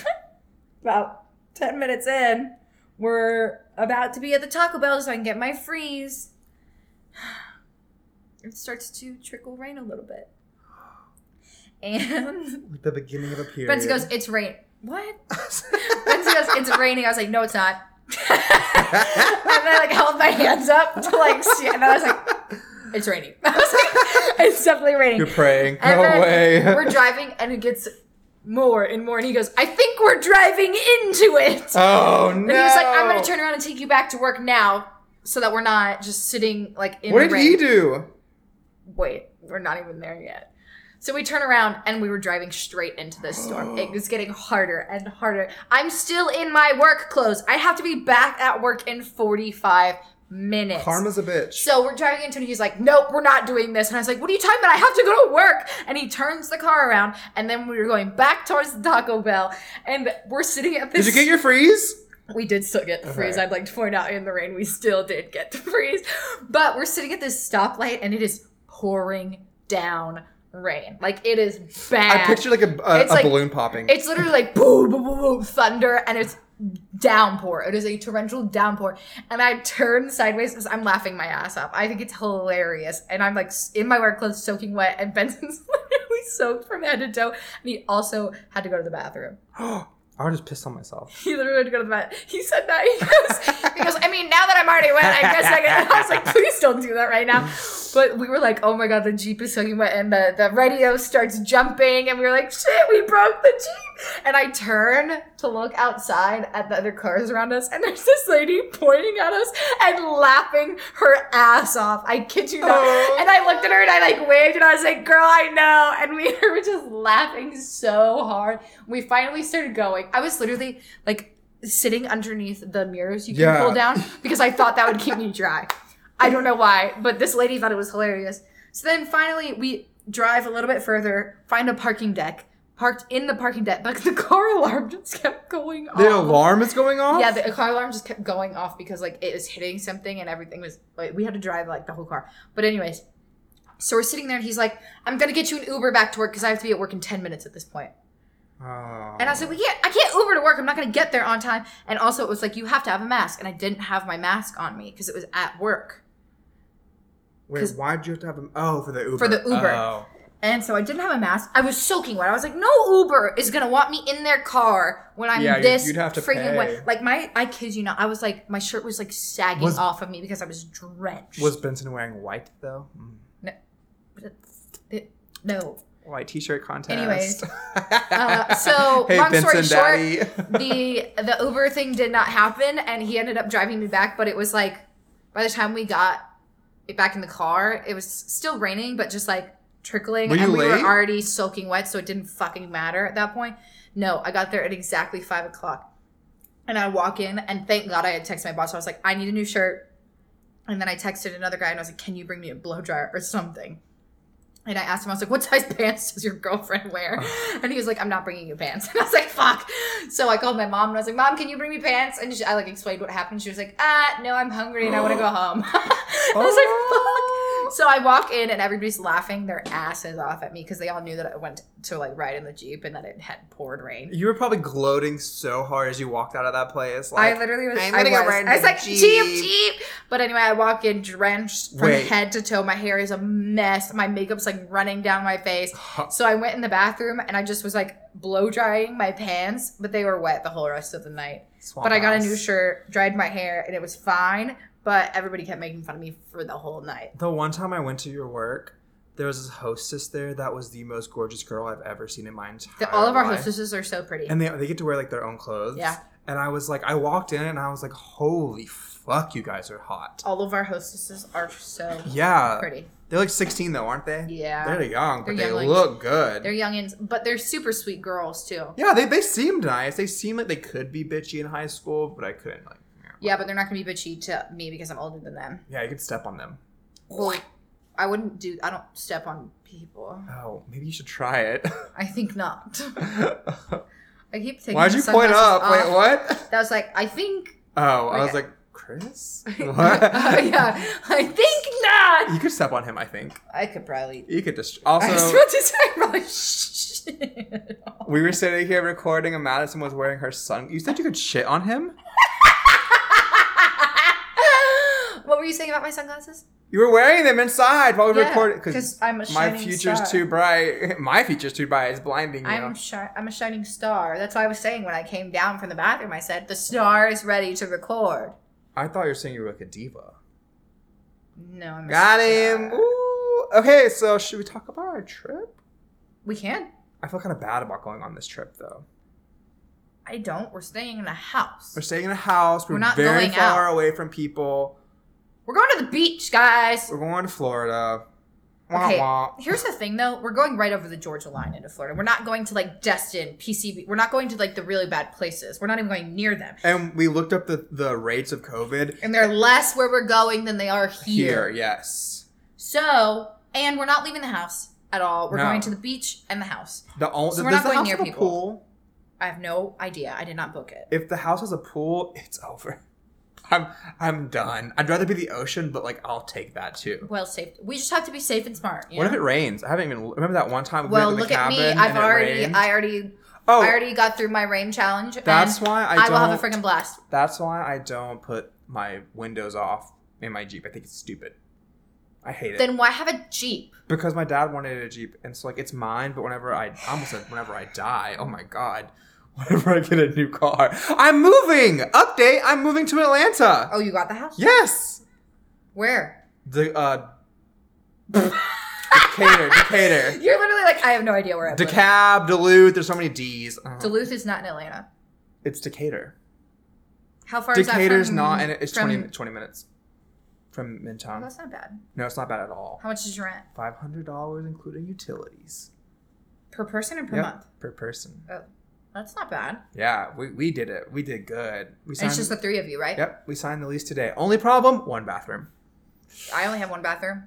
B: about 10 minutes in, we're about to be at the Taco Bell so I can get my freeze. It starts to trickle rain a little bit. And
A: The beginning of a period.
B: Benson goes, It's rain. What? Benson goes, It's raining. I was like, No, it's not. and I like held my hands up to like see, and I was like, It's raining. I was like, It's definitely raining.
A: You're praying.
B: And
A: No
B: then
A: way.
B: We're driving, and it gets more and more. And he goes, "I think we're driving into it."
A: oh no!
B: and he was like, "I'm gonna turn around and take you back to work now, so that we're not just sitting like in
A: What
B: the
A: did he
B: rain."
A: do?
B: Wait, we're not even there yet. So we turn around and we were driving straight into this storm. It was getting harder and harder. I'm still in my work clothes. I have to be back at work in 45 minutes.
A: Karma's a bitch.
B: So we're driving into it, and he's like, Nope, we're not doing this. And I was like, What are you talking about? I have to go to work. And he turns the car around, and then we were going back towards the Taco Bell, and we're sitting at this.
A: did you get your freeze?
B: we did still get the
A: Okay.
B: freeze. I'd like to point out in the rain, we still did get the freeze. But we're sitting at this stoplight, and it is pouring down rain. Like, it is bad.
A: I picture like a, a,
B: It's
A: a
B: like-
A: balloon popping.
B: It's literally like boom, boom, boom, boom, thunder, and it's downpour. It is a torrential downpour. And I turn sideways because I'm laughing my ass off. I think it's hilarious. And I'm like s- in my work clothes, soaking wet, and Benson's literally soaked from head to toe. And he also had to go to the bathroom.
A: I would just piss on myself.
B: He literally had to go to the bathroom. He said that. He goes, he goes, I mean, now that I'm already wet, I guess I can. I was like, please don't do that right now. But we were like, oh my God, the Jeep is soaking wet. And the, the radio starts jumping. And we were like, shit, we broke the Jeep. And I turn to look outside at the other cars around us. And there's this lady pointing at us and laughing her ass off. I kid you not.
A: Oh.
B: And I looked at her and I like waved and I was like, girl, I know. And we were just laughing so hard. We finally started going. I was literally like sitting underneath the mirrors you can
A: Yeah.
B: pull down because I thought that would keep me dry. I don't know why, but this lady thought it was hilarious. So then finally we drive a little bit further, find a parking deck, parked in the parking deck, but the car alarm just kept going off.
A: The alarm is going off.
B: Oh. Yeah, the car alarm just kept going off because like it was hitting something and everything was like we had to drive like the whole car. But anyways, so we're sitting there and he's like, "I'm gonna get you an Uber back to work because I have to be at work in ten minutes at this point."
A: Oh.
B: And I said, "We can't. I can't Uber to work. I'm not gonna get there on time." And also, it was like you have to have a mask, and I didn't have my mask on me because it was at work.
A: Wait,
B: 'cause-
A: why'd you have to have him? Oh, for the Uber.
B: For the Uber.
A: Oh.
B: And so I didn't have a mask. I was soaking wet. I was like, no Uber is gonna want me in their car when I'm
A: Yeah, you'd-
B: this
A: you'd have to
B: freaking
A: pay.
B: wet. Like my, I kid you not, I was like, my shirt was like sagging
A: Was-
B: off of me because I was drenched.
A: Was Benson wearing white though? Mm.
B: no.
A: White t-shirt contest.
B: Anyways, uh, so, long story
A: Daddy.
B: the the Uber thing did not happen, and he ended up driving me back. But it was like, by the time we got it back in the car, it was still raining, but just like trickling,
A: Were you
B: and we
A: late?
B: were already soaking wet, so it didn't fucking matter at that point. No, I got there at exactly five o'clock, and I walk in, and thank God I had texted my boss. I was like, I need a new shirt, and then I texted another guy, and I was like, Can you bring me a blow dryer or something? And I asked him, I was like, what size pants does your girlfriend wear? And he was like, I'm not bringing you pants. And I was like, fuck. So I called my mom and I was like, Mom, can you bring me pants? And she, I like explained what happened. She was like, Ah, no, I'm hungry and I want to go home. I was like,
A: Oh.
B: fuck. So I walk in and everybody's laughing their asses off at me because they all knew that I went to like ride in the Jeep and that it had poured rain.
A: you were probably gloating so hard as you walked out of that place.
B: I
A: Like,
B: literally was. i
A: I'm gonna go
B: was.
A: ride in
B: I was
A: the
B: like, Jeep.
A: Jeep."
B: Jeep, But anyway, I walk in drenched from
A: Wait.
B: head to toe. My hair is a mess. My makeup's like running down my face. So I went in the bathroom and I just was like blow drying my pants, but they were wet the whole rest of the night.
A: Swamp
B: but I got a new
A: House.
B: shirt, dried my hair, and it was fine. But everybody kept making fun of me for the whole night.
A: The one time I went to your work, there was this hostess there that was the most gorgeous girl I've ever seen in my entire
B: The, all of our
A: life.
B: hostesses are so pretty.
A: and they, they get to wear like their own clothes.
B: Yeah.
A: And I was like, I walked in and I was like, holy fuck, you guys are hot.
B: all of our hostesses are so
A: Yeah.
B: pretty.
A: They're like 16 though, aren't they?
B: Yeah.
A: They're young, but
B: They're
A: they
B: younglings.
A: look good.
B: They're youngins, but they're super sweet girls too.
A: yeah, they, they seemed nice. They seemed like they could be bitchy in high school, but I couldn't. Like,
B: Yeah, but they're not gonna be bitchy to me because I'm older than them.
A: yeah, you could step on them.
B: I wouldn't do. I don't step on people.
A: Oh, maybe you should try it.
B: I think not. I keep taking.
A: Why'd
B: my
A: you point
B: sunglasses
A: up? Wait,
B: off.
A: what?
B: That was like I think.
A: Oh, I was
B: Okay.
A: like, Chris?
B: Uh,
A: What?
B: yeah, I think not.
A: You could step on him, I think.
B: I could probably.
A: You could just.
B: I was
A: Also,
B: about to say probably. shit.
A: we were sitting here recording, and Madison was wearing her sun. You said you could shit on him?
B: what were you saying about my sunglasses?
A: You were wearing them inside while we
B: Yeah,
A: recorded.
B: I'm a
A: my
B: shining
A: future's
B: star.
A: too bright. My future's too bright. It's blinding you.
B: I'm shi- I'm a shining star. That's why I was saying when I came down from the bathroom, I said the star is ready to record.
A: I thought you were saying you were like a diva.
B: No, I'm a
A: Got
B: star.
A: him. Ooh. Okay, so should we talk about our trip?
B: We can.
A: I feel kind of bad about going on this trip though.
B: I don't. We're staying in a house.
A: We're staying in a house. We're,
B: We're not
A: very
B: going
A: far away from people.
B: We're going to the beach, guys.
A: We're going to Florida. Wah,
B: Okay.
A: wah.
B: Here's the thing, though. We're going right over the Georgia line into Florida. We're not going to like Destin, PCB. We're not going to like the really bad places. We're not even going near them.
A: And we looked up the, the rates of COVID
B: And they're less where we're going than they are
A: here.
B: here.
A: Yes.
B: So, and we're not leaving the house at all. We're
A: No.
B: going to the beach and the house.
A: The only
B: So we're
A: does
B: not
A: the
B: going
A: house
B: near
A: have a
B: people.
A: pool.
B: I have no idea. I did not book it.
A: If the house has a pool, it's over. I'm I'm done. I'd rather be the ocean, but like I'll take that too.
B: Well, safe. We just have to be safe and smart. You
A: What if
B: know?
A: it rains? I haven't even remember that one time. we
B: well,
A: went to
B: look
A: the
B: at me.
A: cabin
B: I've
A: and it
B: already,
A: rained?
B: I already,
A: oh,
B: I already got through my rain challenge.
A: that's
B: and
A: why I,
B: I,
A: don't.
B: will have a freaking blast.
A: That's why I don't put my windows off in my Jeep. I think it's stupid. I hate it.
B: Then why have a jeep?
A: because my dad wanted a Jeep, and so like it's mine. But whenever I I almost said whenever I die, oh my god, whenever I get a new car, I'm moving. Update: I'm moving to Atlanta.
B: Oh, you got the house?
A: Yes,
B: Where?
A: the uh, Decatur, Decatur,
B: You're literally like, I have no idea where I live.
A: DeKalb, Duluth. There's so many D's. Uh,
B: Duluth is not in Atlanta.
A: it's Decatur.
B: How far is that
A: Decatur's
B: from-
A: not, and it's
B: from-
A: 20, 20 minutes from
B: Oh,
A: Midtown.
B: that's not bad.
A: No, it's not bad at all.
B: How much is your rent
A: Five hundred dollars, including utilities,
B: per person or per
A: Yep,
B: month?
A: per person.
B: Oh, that's not bad.
A: Yeah, we, we did it. We did good. We
B: And it's just the three of you, right?
A: Yep, we signed the lease today. Only problem, one bathroom.
B: I only have one bathroom.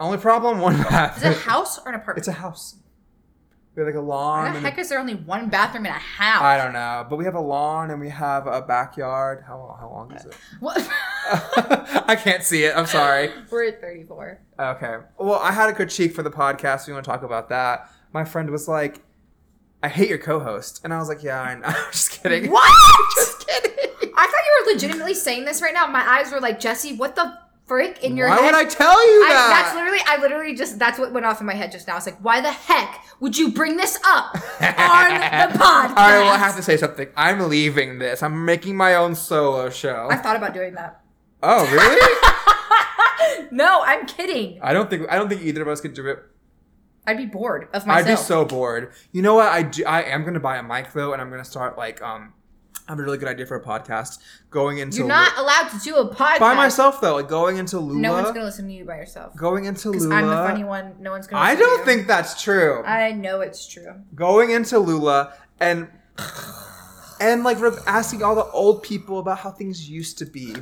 A: Only problem, one
B: Is it
A: bathroom.
B: a house or an apartment?
A: It's a house. We have like a
B: Why
A: lawn.
B: the
A: and a-
B: heck is there only one bathroom in a house?
A: I don't know, but we have a lawn and we have a backyard. How how long is it?
B: What?
A: I can't see it. I'm sorry.
B: We're at 34.
A: Okay. Well, I had a critique for the podcast. We want to talk about that. My friend was like, "I hate your co-host," and I was like, "Yeah, I know. I'm just kidding."
B: What?
A: Just kidding.
B: I thought you were legitimately saying this right now. My eyes were like, Jesse, what the frick in your
A: Why
B: head?
A: would I tell you
B: I- that's
A: that?
B: literally, I literally just, that's what went off in my head just now. It's like, why the heck would you bring this up on the podcast?
A: All right, well, I have to say something. I'm leaving this. I'm making my own solo show.
B: I've thought about doing that.
A: oh, really?
B: No, I'm kidding.
A: I don't think I don't think either of us could do it.
B: I'd be bored of myself.
A: I'd be so bored. You know what? I do, I am gonna buy a mic though, and I'm gonna start like um. I have a really good idea for a podcast. Going into
B: You're
A: Lu-
B: not allowed to do a podcast
A: by myself though. Like going into Lula.
B: No one's gonna listen to you by yourself.
A: going into
B: Because
A: Lula.
B: I'm the funny one. No one's gonna.
A: I
B: listen to
A: don't
B: you.
A: think that's true.
B: I know it's true.
A: going into Lula and and like re- asking all the old people about how things used to be.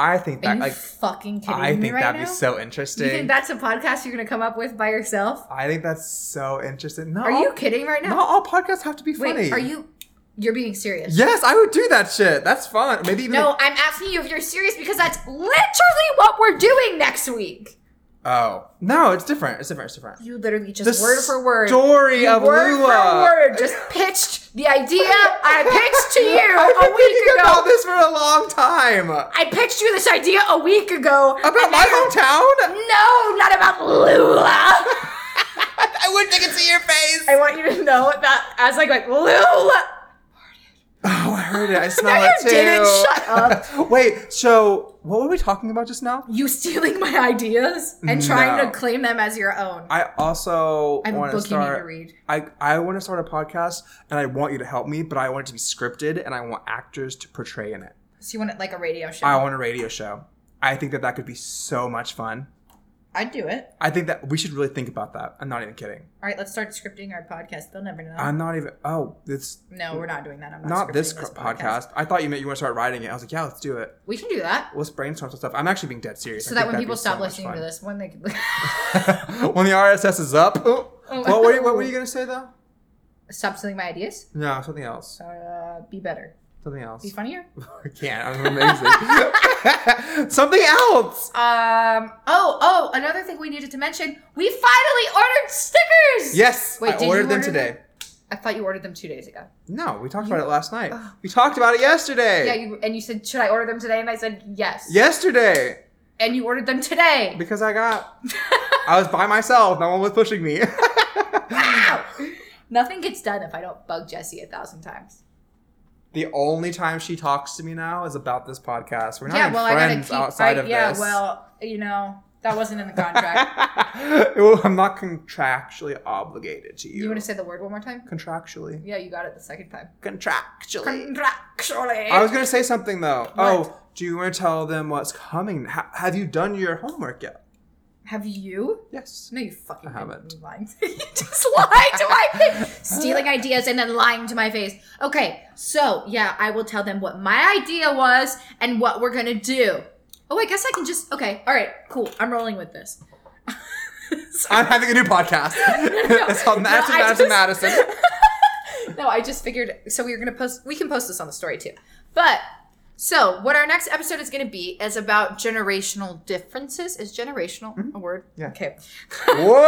A: I think
B: Are
A: that
B: you
A: like
B: fucking kidding
A: I
B: me
A: think
B: right
A: that'd
B: now?
A: be so
B: you think
A: interesting.
B: that's a podcast you're gonna come up with by yourself?
A: I think that's so interesting. No,
B: Are you kidding right now?
A: not all podcasts have to be
B: Wait,
A: funny.
B: are you? You're being serious.
A: Yes, I would do that shit. That's fun. Maybe even
B: No, I'm asking you if you're serious because that's literally what we're doing next week.
A: Oh no, it's different. It's different. It's different.
B: You literally just word for word,
A: story
B: you
A: of
B: word for
A: Lula.
B: word, just pitched the idea I pitched to you
A: I've been
B: a week
A: thinking
B: ago.
A: about this for a long time. About
B: I pitched you this idea a week ago. and
A: my
B: then-
A: hometown.
B: No, not about Lula.
A: I wish I could see your face.
B: I want you to know that as like like Lula.
A: Oh, I heard it. I smell
B: No,
A: it
B: you
A: too.
B: didn't. Shut up.
A: Wait. So, what were we talking about just now?
B: You stealing my ideas and trying
A: No.
B: to claim them as your own. I,
A: I also
B: have a
A: want to
B: book you need to
A: start.
B: read.
A: I I want to start a podcast, and I want you to help me, but I want it to be scripted, and I want actors to portray in it.
B: So you want it like a radio show?
A: I want a radio show. I think that that could be so much fun.
B: I'd do it.
A: I think that we should really think about that. I'm not even kidding.
B: All right, let's start scripting our podcast. They'll never know.
A: I'm not even. Oh, it's
B: no, we're not doing that. I'm not.
A: not
B: scripting
A: this, cr- podcast. I thought you meant you want to start writing it. I was like, yeah, let's do it.
B: We can do that.
A: Let's brainstorm some stuff. I'm actually being dead serious.
B: So
A: I
B: that
A: think
B: when
A: that'd
B: people
A: be so
B: stop
A: much
B: listening
A: fun.
B: to this, when they can
A: when the RSS is up. Oh, what, were you, what were you gonna say though?
B: stop stealing my ideas,
A: No, something else.
B: uh, be better,
A: Something else.
B: be funnier.
A: I can't. I'm amazing. something else.
B: Um. Oh. Oh. Another thing we needed to mention: we finally ordered stickers.
A: Yes,
B: Wait,
A: I
B: did you
A: ordered them
B: order
A: today.
B: I thought you ordered them two days ago.
A: No, we talked about it last night.
B: Ugh.
A: We talked about it yesterday.
B: Oh. Yeah. You and you said, should I order them today? And I said yes.
A: yesterday,
B: And you ordered them today.
A: because I got, I was by myself. No one was pushing me.
B: Wow. Nothing gets done if I don't bug Jesse a thousand times.
A: the only time she talks to me now is about this podcast. We're not
B: yeah.
A: even
B: Well, I gotta
A: friends
B: keep.
A: outside
B: I-
A: of
B: yeah.
A: this.
B: Well, you know that wasn't in the contract.
A: Well, I'm not contractually obligated to you.
B: you want to say the word one more time?
A: contractually?
B: Yeah, you got it the second time.
A: Contractually.
B: Contractually.
A: I was gonna say something though.
B: What?
A: Oh, do you want to tell them what's coming? Ha- have you done your homework yet?
B: Have you?
A: Yes.
B: No, you fucking
A: I haven't.
B: didn't. Lying. you just lied to my face. Stealing ideas and then lying to my face. Okay, so yeah, I will tell them what my idea was and what we're gonna do. Oh, I guess I can just. Okay, all right, cool. I'm rolling with this. Sorry.
A: I'm having a new podcast. it's called
B: no,
A: Madison, Madison,
B: I just-
A: Madison.
B: no, I just figured. So we were gonna post. We can post this on the story too. But so what our next episode is gonna be is about generational differences. Is generational a word?
A: Yeah.
B: Okay.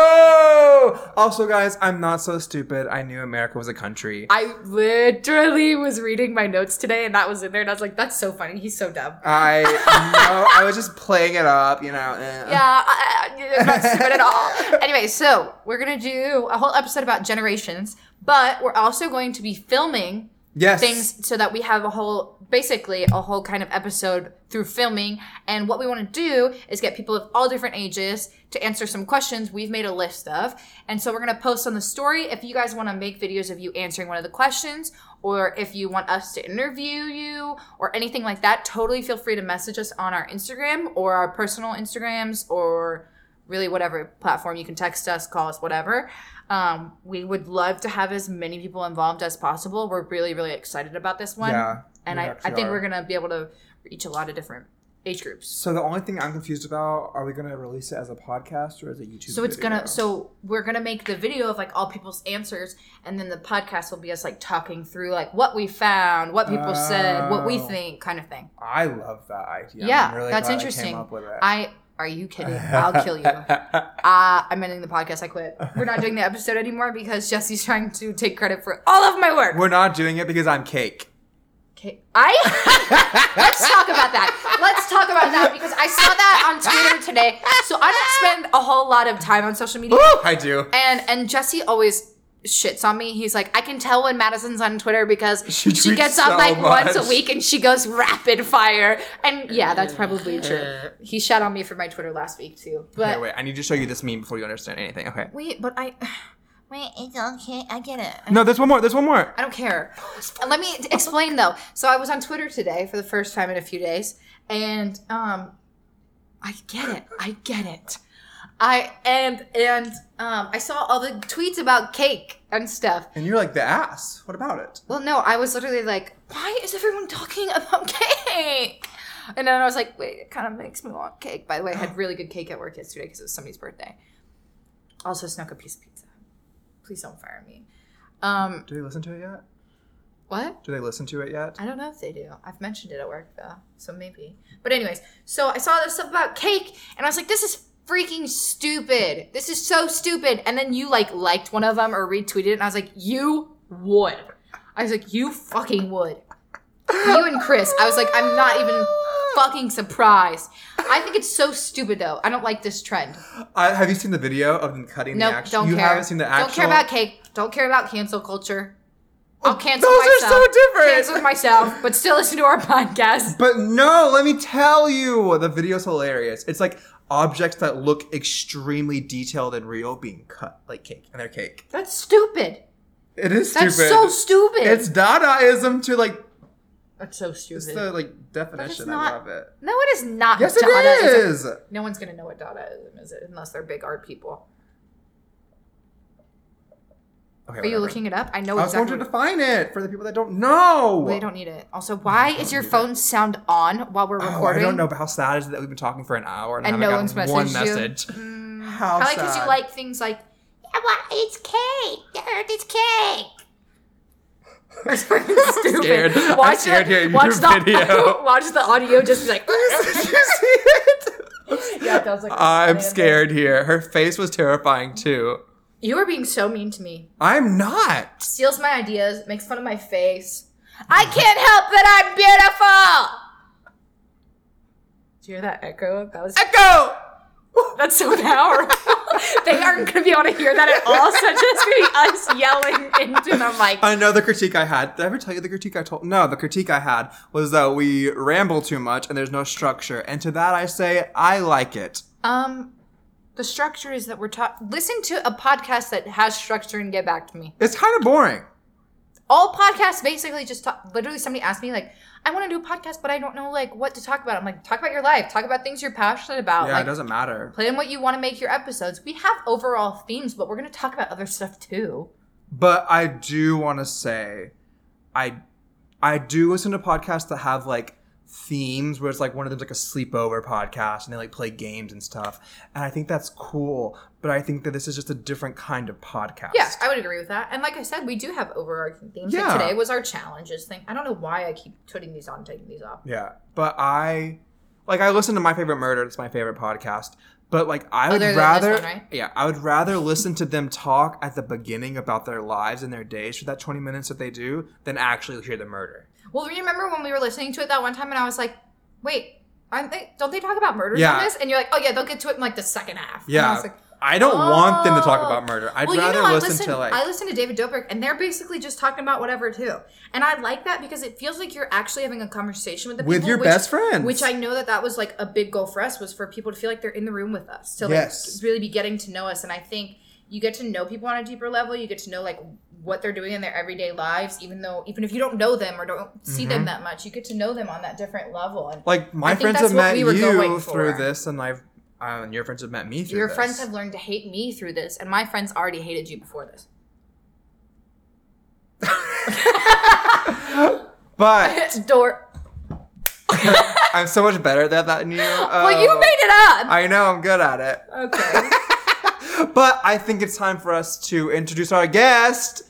A: Whoa! Also, guys, I'm not so stupid. I knew America was a country.
B: I literally was reading my notes today and that was in there and I was like, that's so funny. He's so dumb.
A: I know. I was just playing it up, you know. eh.
B: yeah, I, I- I'm not stupid at all. Anyway, so we're going to do a whole episode about generations, but we're also going to be filming
A: Yes.
B: things so that we have a whole, basically, a whole kind of episode through filming. And what we want to do is get people of all different ages to answer some questions we've made a list of. And so we're going to post on the story if you guys want to make videos of you answering one of the questions or if you want us to interview you or anything like that, totally feel free to message us on our Instagram or our personal Instagrams or really whatever platform you can text us, call us, whatever. Um, we would love to have as many people involved as possible. We're really, really excited about this one.
A: Yeah,
B: and
A: we
B: I, I
A: actually
B: think
A: are.
B: we're going to be able to reach a lot of different age groups.
A: So the only thing I'm confused about: are we gonna release it as a podcast or as a YouTube?
B: So it's
A: video?
B: gonna. So we're gonna make the video of like all people's answers, and then the podcast will be us like talking through like what we found, what people said, what we
A: Oh.
B: think, kind of thing.
A: I love that idea.
B: Yeah,
A: I'm really
B: that's
A: glad I
B: interesting.
A: came up with it.
B: I are you kidding? I'll kill you. Uh, I'm ending the podcast. I quit. We're not doing the episode anymore because Jesse's trying to take credit for all of my work.
A: We're not doing it because I'm cake.
B: Kate. I let's talk about that. Let's talk about that because I saw that on Twitter today. So I don't spend a whole lot of time on social media,
A: I do.
B: and and Jesse always shits on me. He's like, I can tell when Madison's on Twitter because
A: She
B: she,
A: tweets
B: gets on
A: so
B: like once
A: much.
B: a week and she goes rapid fire. And yeah, that's probably true. He shat on me for my Twitter last week too, but.
A: Okay, wait, I need to show you this meme before you understand anything. Okay.
B: Wait, but I
C: Wait, it's okay. I get it.
A: No, there's one more. There's one more.
B: I don't care. Let me t- explain though. So I was on Twitter today for the first time in a few days, and um, I get it. I get it. I and and um, I saw all the tweets about cake and stuff.
A: And you're like the ass. What about it?
B: Well, no, I was literally like, why is everyone talking about cake? And then I was like, wait, it kind of makes me want cake. By the way, I had really good cake at work yesterday because it was somebody's birthday. Also snuck a piece of pizza. Please don't fire me. Um,
A: Do they listen to it yet?
B: what?
A: Do they listen to it yet?
B: I don't know if they do. I've mentioned it at work though, so maybe. But anyways, so I saw this stuff about cake, and I was like, this is freaking stupid. This is so stupid. And then you like liked one of them or retweeted it, and I was like, you would. I was like, you fucking would. You and Chris. I was like, I'm not even fucking surprised. I think it's so stupid though. I don't like this trend.
A: I, have you seen the video of them cutting
B: No,
A: the action?
B: don't
A: you
B: care.
A: haven't seen the actual. Oh,
B: Don't care about cake. Don't care about cancel culture. I'll cancel
A: Those are
B: myself.
A: so different.
B: Cancel myself, but still listen to our podcast.
A: But no, let me tell you, the video's hilarious. It's like objects that look extremely detailed and real being cut like cake, and they're cake.
B: That's stupid.
A: It is
B: That's
A: stupid.
B: so stupid.
A: It's Dadaism to like
B: That's so stupid.
A: it's the like definition.
B: not-
A: I love it.
B: no, it is not.
A: Yes, it
B: Dadaism.
A: is.
B: No one's gonna know what Dadaism is unless they're big art people.
A: Okay,
B: Are you
A: whatever.
B: looking it up? I know
A: I was
B: exactly.
A: going to
B: what-
A: define it for the people that don't know.
B: they don't need it. Also, why is your phone sound on while we're
A: Oh,
B: recording?
A: I don't know, but how sad is it that we've been talking for an hour and,
B: And
A: I
B: no
A: haven't
B: one's
A: gotten one
B: messaged you?
A: message?
B: Mm,
A: How
B: probably because you
A: sad.
B: like things like
C: Yeah, why, it's cake. The earth is cake.
B: That's fucking stupid.
A: scared. I'm
B: Watch
A: scared
B: the,
A: hearing
B: watch
A: your
B: the
A: video.
B: watch the audio. Just be like.
A: Did you see it?
B: yeah, that was like.
A: I'm scared here. Her face was terrifying
B: Mm.
A: too.
B: You are being so mean to me.
A: I'm not.
B: steals my ideas, makes fun of my face. I can't help that I'm beautiful. Did you hear that echo? That was
A: Echo!
B: that's so powerful. they aren't gonna be able to hear that at all. So it's just gonna be us yelling into the mic.
A: Another critique I had. Did I ever tell you the critique I told? No, the critique I had was that we ramble too much and there's no structure. And to that I say, I like it.
B: Um, the structure is that we're taught. Listen to a podcast that has structure and get back to me.
A: It's kind of boring.
B: all podcasts basically just talk literally somebody asked me like i want to do a podcast but i don't know like what to talk about i'm like talk about your life talk about things you're passionate about
A: Yeah,
B: Oh, like
A: it doesn't matter.
B: plan what you want to make your episodes we have overall themes but we're going to talk about other stuff too
A: But I do want to say, I I do listen to podcasts that have like themes where it's like one of them's like a sleepover podcast and they like play games and stuff. And I think that's cool. But I think that this is just a different kind of podcast.
B: yeah i would agree with that and like i said we do have overarching themes
A: Yeah.
B: like today was our challenges thing i don't know why i keep putting these on and taking these off
A: Yeah. But I like I listen to My Favorite Murder, it's my favorite podcast. But like I would
B: Other than this
A: rather
B: one, right?
A: Yeah, I would rather listen to them talk at the beginning about their lives and their days for that 20 minutes that they do than actually hear the murder.
B: well remember when we were listening to it that one time and i was like wait aren't they, don't they talk about murders
A: Yeah.
B: on this and you're like oh yeah they'll get to it in like the second half And
A: Yeah.
B: I
A: I,
B: was like,
A: don't want them to talk
B: Oh.
A: about murder. I'd
B: well,
A: rather
B: you know,
A: listen,
B: I listen
A: to like
B: I listen to David Dobrik, and they're basically just talking about whatever too. And I like that because it feels like you're actually having a conversation with the
A: with
B: people,
A: your
B: which,
A: best friends.
B: Which I know that that was like a big goal for us was for people to feel like they're in the room with us, to like
A: Yes.
B: really be getting to know us. And I think you get to know people on a deeper level. You get to know like what they're doing in their everyday lives, even though even if you don't know them or don't see
A: Mm-hmm.
B: them that much, you get to know them on that different level. And
A: like my
B: I think
A: friends
B: that's
A: have
B: what
A: met
B: we were
A: you
B: going
A: through
B: for.
A: this and I've uh, and your friends have met me through
B: your
A: this.
B: friends have learned to hate me through this, and my friends already hated you before this.
A: But
B: Door.
A: I'm so much better at that than you.
B: well,
A: Oh,
B: you made it up.
A: I know I'm good at it.
B: Okay.
A: But I think it's time for us to introduce our guest.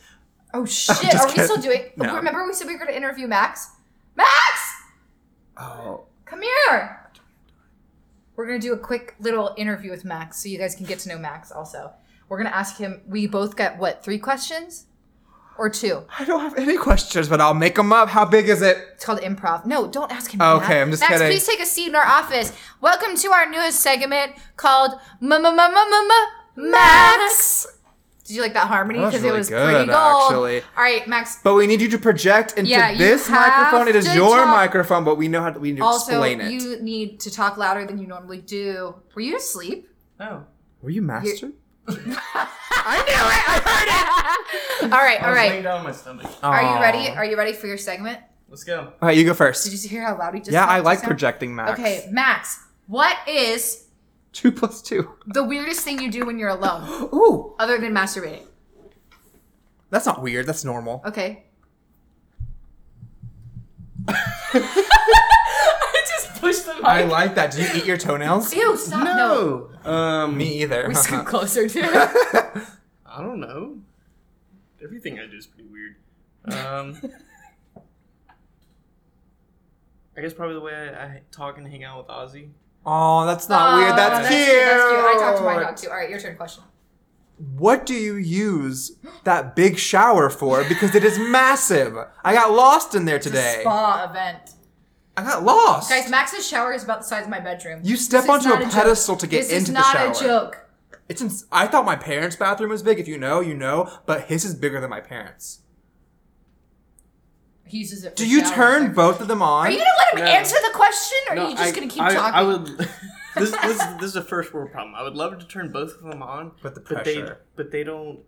B: oh shit.
A: just
B: Are we still doing?
A: No.
B: Remember we said we were going to interview Max. Max,
A: Oh,
B: come here. We're going to do a quick little interview with Max, so you guys can get to know Max. Also, we're going to ask him. We both got what three questions? or two.
A: I don't have any questions, but I'll make them up. How big is it?
B: It's called improv. No, don't ask him.
A: Okay,
B: that.
A: I'm just
B: Max,
A: kidding.
B: please take a seat in our office. Welcome to our newest segment called Max. Did you like that harmony?
A: That was
B: Because it
A: really
B: was
A: good,
B: pretty gold.
A: actually.
B: All right, Max.
A: But we need you to project into
B: Yeah, you
A: this
B: have
A: microphone. It is
B: to
A: your
B: talk-
A: microphone, but we know how to, we need to
B: Also,
A: explain it.
B: you need to talk louder than you normally do. Were you asleep?
D: Oh.
A: Were you master?
B: I knew it. I heard it. all right, all
D: I was laying
B: right.
D: down on my stomach.
B: Are you ready? Are you ready for your segment?
D: Let's go.
A: All right, you go
B: Did
A: first.
B: you hear how loud he just?
A: Yeah,
B: talked
A: I
B: just
A: like
B: now?
A: projecting Max.
B: Okay, Max. What is
A: Two plus two.
B: the weirdest thing you do when you're alone,
A: Ooh,
B: other than masturbating?
A: that's not weird. That's normal.
B: Okay. I just
D: Push the mic.
A: I like that. Do you eat your toenails?
B: ew, stop. No.
D: no. Um,
A: Me either.
B: We scoot closer to
D: I don't know. Everything I do is pretty weird. Um, I guess probably the way I, I talk and hang out with Ozzy.
A: oh, that's not
B: Oh,
A: weird. That's, cute.
B: That's cute. I talked to my dog too. All right, your turn. Question.
A: What do you use that big shower for? Because it is massive. I got lost in there today.
B: Spa event.
A: I got lost.
B: Guys, Max's shower is about the size of my bedroom.
A: You step
B: This is
A: onto a
B: not joke.
A: pedestal to get
B: this
A: into the
B: This is
A: shower.
B: not a joke.
A: It's ins- I thought my parents' bathroom was big. If you know, you know. But his is bigger than my parents.
B: He uses it. For
A: Do you
B: showers.
A: turn both of them on?
B: Are you gonna let him
D: No.
B: answer the question, or
D: No,
B: are you just
D: I-
B: gonna keep
D: I-
B: talking?
D: I would. this, this, this is a first world problem. I would love to turn both of them on,
A: But the
D: they
A: pressure.
D: but they don't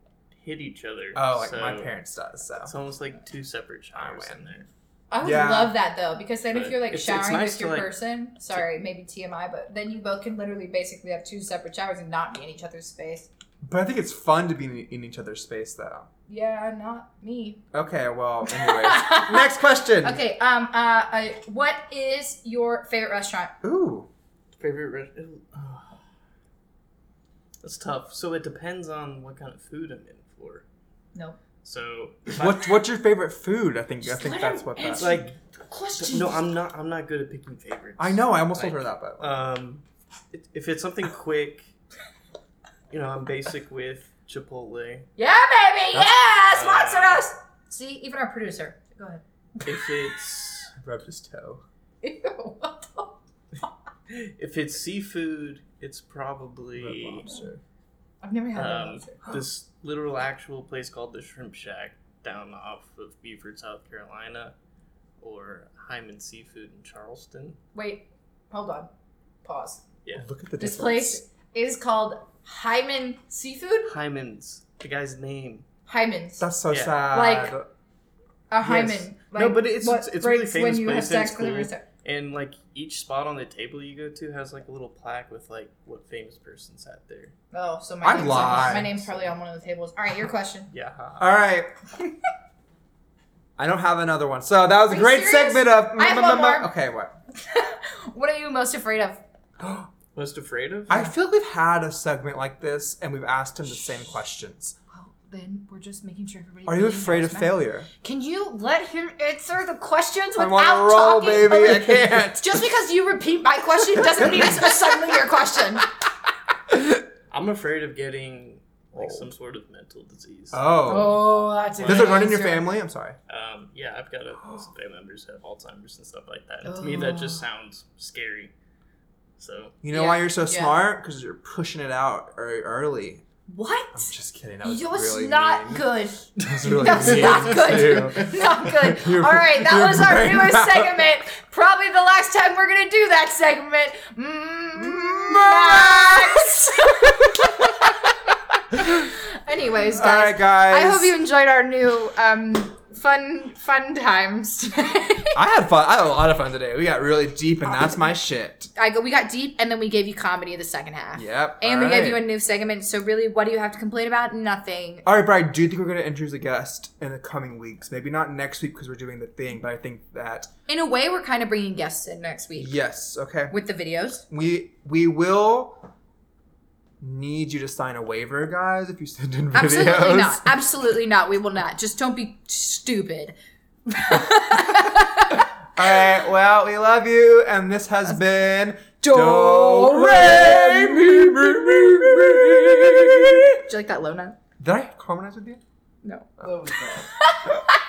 D: hit each other.
A: oh, like
D: so
A: my parents does. So
D: It's almost like two separate showers
A: win.
D: in there.
B: I would
A: Yeah.
B: love that though, because then if
D: But
B: you're like
D: it's- it's
B: showering
D: nice
B: with
D: to,
B: your
D: like,
B: person, sorry, maybe TMI, but then you both can literally basically have two separate showers and not be in each other's space.
A: but I think it's fun to be in, in each other's space, though.
B: Yeah, not me.
A: Okay. Well, anyways, next question.
B: Okay, um, uh, I, what is your favorite restaurant?
A: Ooh.
D: Favorite re- oh. That's tough. So it depends on what kind of food I'm in for.
B: No.
D: So if I-
A: What What's your favorite food? I think I think
B: let
A: that's
B: him
A: what
D: It's
A: that's.
D: like
B: Question.
D: no, I'm not. I'm not good at picking favorites.
A: I know. I almost told her
D: Like,
A: that, but
D: Um, it- if it's something quick, you know, I'm basic with Chipotle.
B: Yeah, baby, yeah, sponsor
D: Uh,
B: us. See, even our producer. Go ahead.
D: If it's
A: I rubbed his toe.
B: Ew, what the?
D: if it's seafood, it's probably
B: I've never had
D: um,
B: that.
D: this literal actual place called the Shrimp Shack down off of Beaufort, South Carolina, or Hyman Seafood in Charleston.
B: Wait, hold on. Pause.
D: Yeah.
A: Look at the
B: This
A: difference.
B: place is called Hyman Seafood.
D: Hyman's the guy's name.
B: Hyman's.
A: That's so
D: Yeah.
A: sad.
B: Like- a hymen.
D: Yes. No, but it's-
B: what
D: it's- it's a really
B: breaks
D: famous place and it's
B: for the
D: cool.
B: first time.
D: And like each spot on the table you go to has like a little plaque with like what famous person sat there.
B: Oh, so my
A: I'd
B: name's
A: lie.
B: On, my name's probably on one of the tables. All right, your question.
D: Yeah.
A: All right. I don't have another one. So that was
B: Are
A: a
B: you
A: great
B: serious?
A: segment of.
B: I have one more.
A: Okay, what?
B: what are you most afraid of?
D: Most afraid of?
A: I feel like we've had a segment like this and we've asked him the same questions.
B: Well, Oh, then we're just making sure everybody.
A: Are you afraid of failure?
B: Can you let him answer the questions
A: I'm
B: without
A: on a roll,
B: talking?
A: baby.
B: over-
A: I can't.
B: Just because you repeat my question doesn't mean it's suddenly your question.
A: Oh.
D: I'm afraid of getting like
A: Oh.
D: some sort of mental disease.
A: Oh.
B: Oh, that's a
A: Does it
B: good
A: run in your
B: answer.
A: family? I'm sorry.
D: Um, yeah, I've got a some family members who have Alzheimer's and stuff like that. And to me, that just sounds scary. So
A: You know
B: Yeah,
A: why you're so
B: yeah.
A: smart? Because you're pushing it out er- early. I'm
B: What?
A: just kidding. Oh, That was
B: You're
A: really
B: not
A: mean.
B: good.
A: That's really
B: That's
A: mean,
B: not good.
A: too.
B: Not good.
A: Your-
B: All right,
A: your
B: that was our
A: brain
B: newest
A: power.
B: segment. Probably the last time we're gonna do that segment. Mm, Max. Anyways,
A: All
B: guys,
A: right, guys.
B: I hope you enjoyed our new um, fun fun times.
A: I had fun. I had a lot of fun today. We got really deep, and that's my shit.
B: I go. We got deep, and then we gave you comedy the second half.
A: Yep.
B: And we
A: all
B: gave you a
A: right.
B: new segment. So really, what do you have to complain about? Nothing.
A: All right, but I do think we're going to introduce a guest in the coming weeks. Maybe not next week because we're doing the thing, but I think that
B: In a way, we're kind of bringing guests in next week
A: yes, okay.
B: with the videos.
A: We we will need you to sign a waiver, guys, if you send in videos.
B: Absolutely not. Absolutely not. We will not. Just don't be stupid.
A: All right. Well, we love you, and this has been
B: Do Re
A: Do Re Mi Mi Mi Mi.
B: Did you like that low note?
A: Did I harmonize with you?
E: No.
B: That was bad.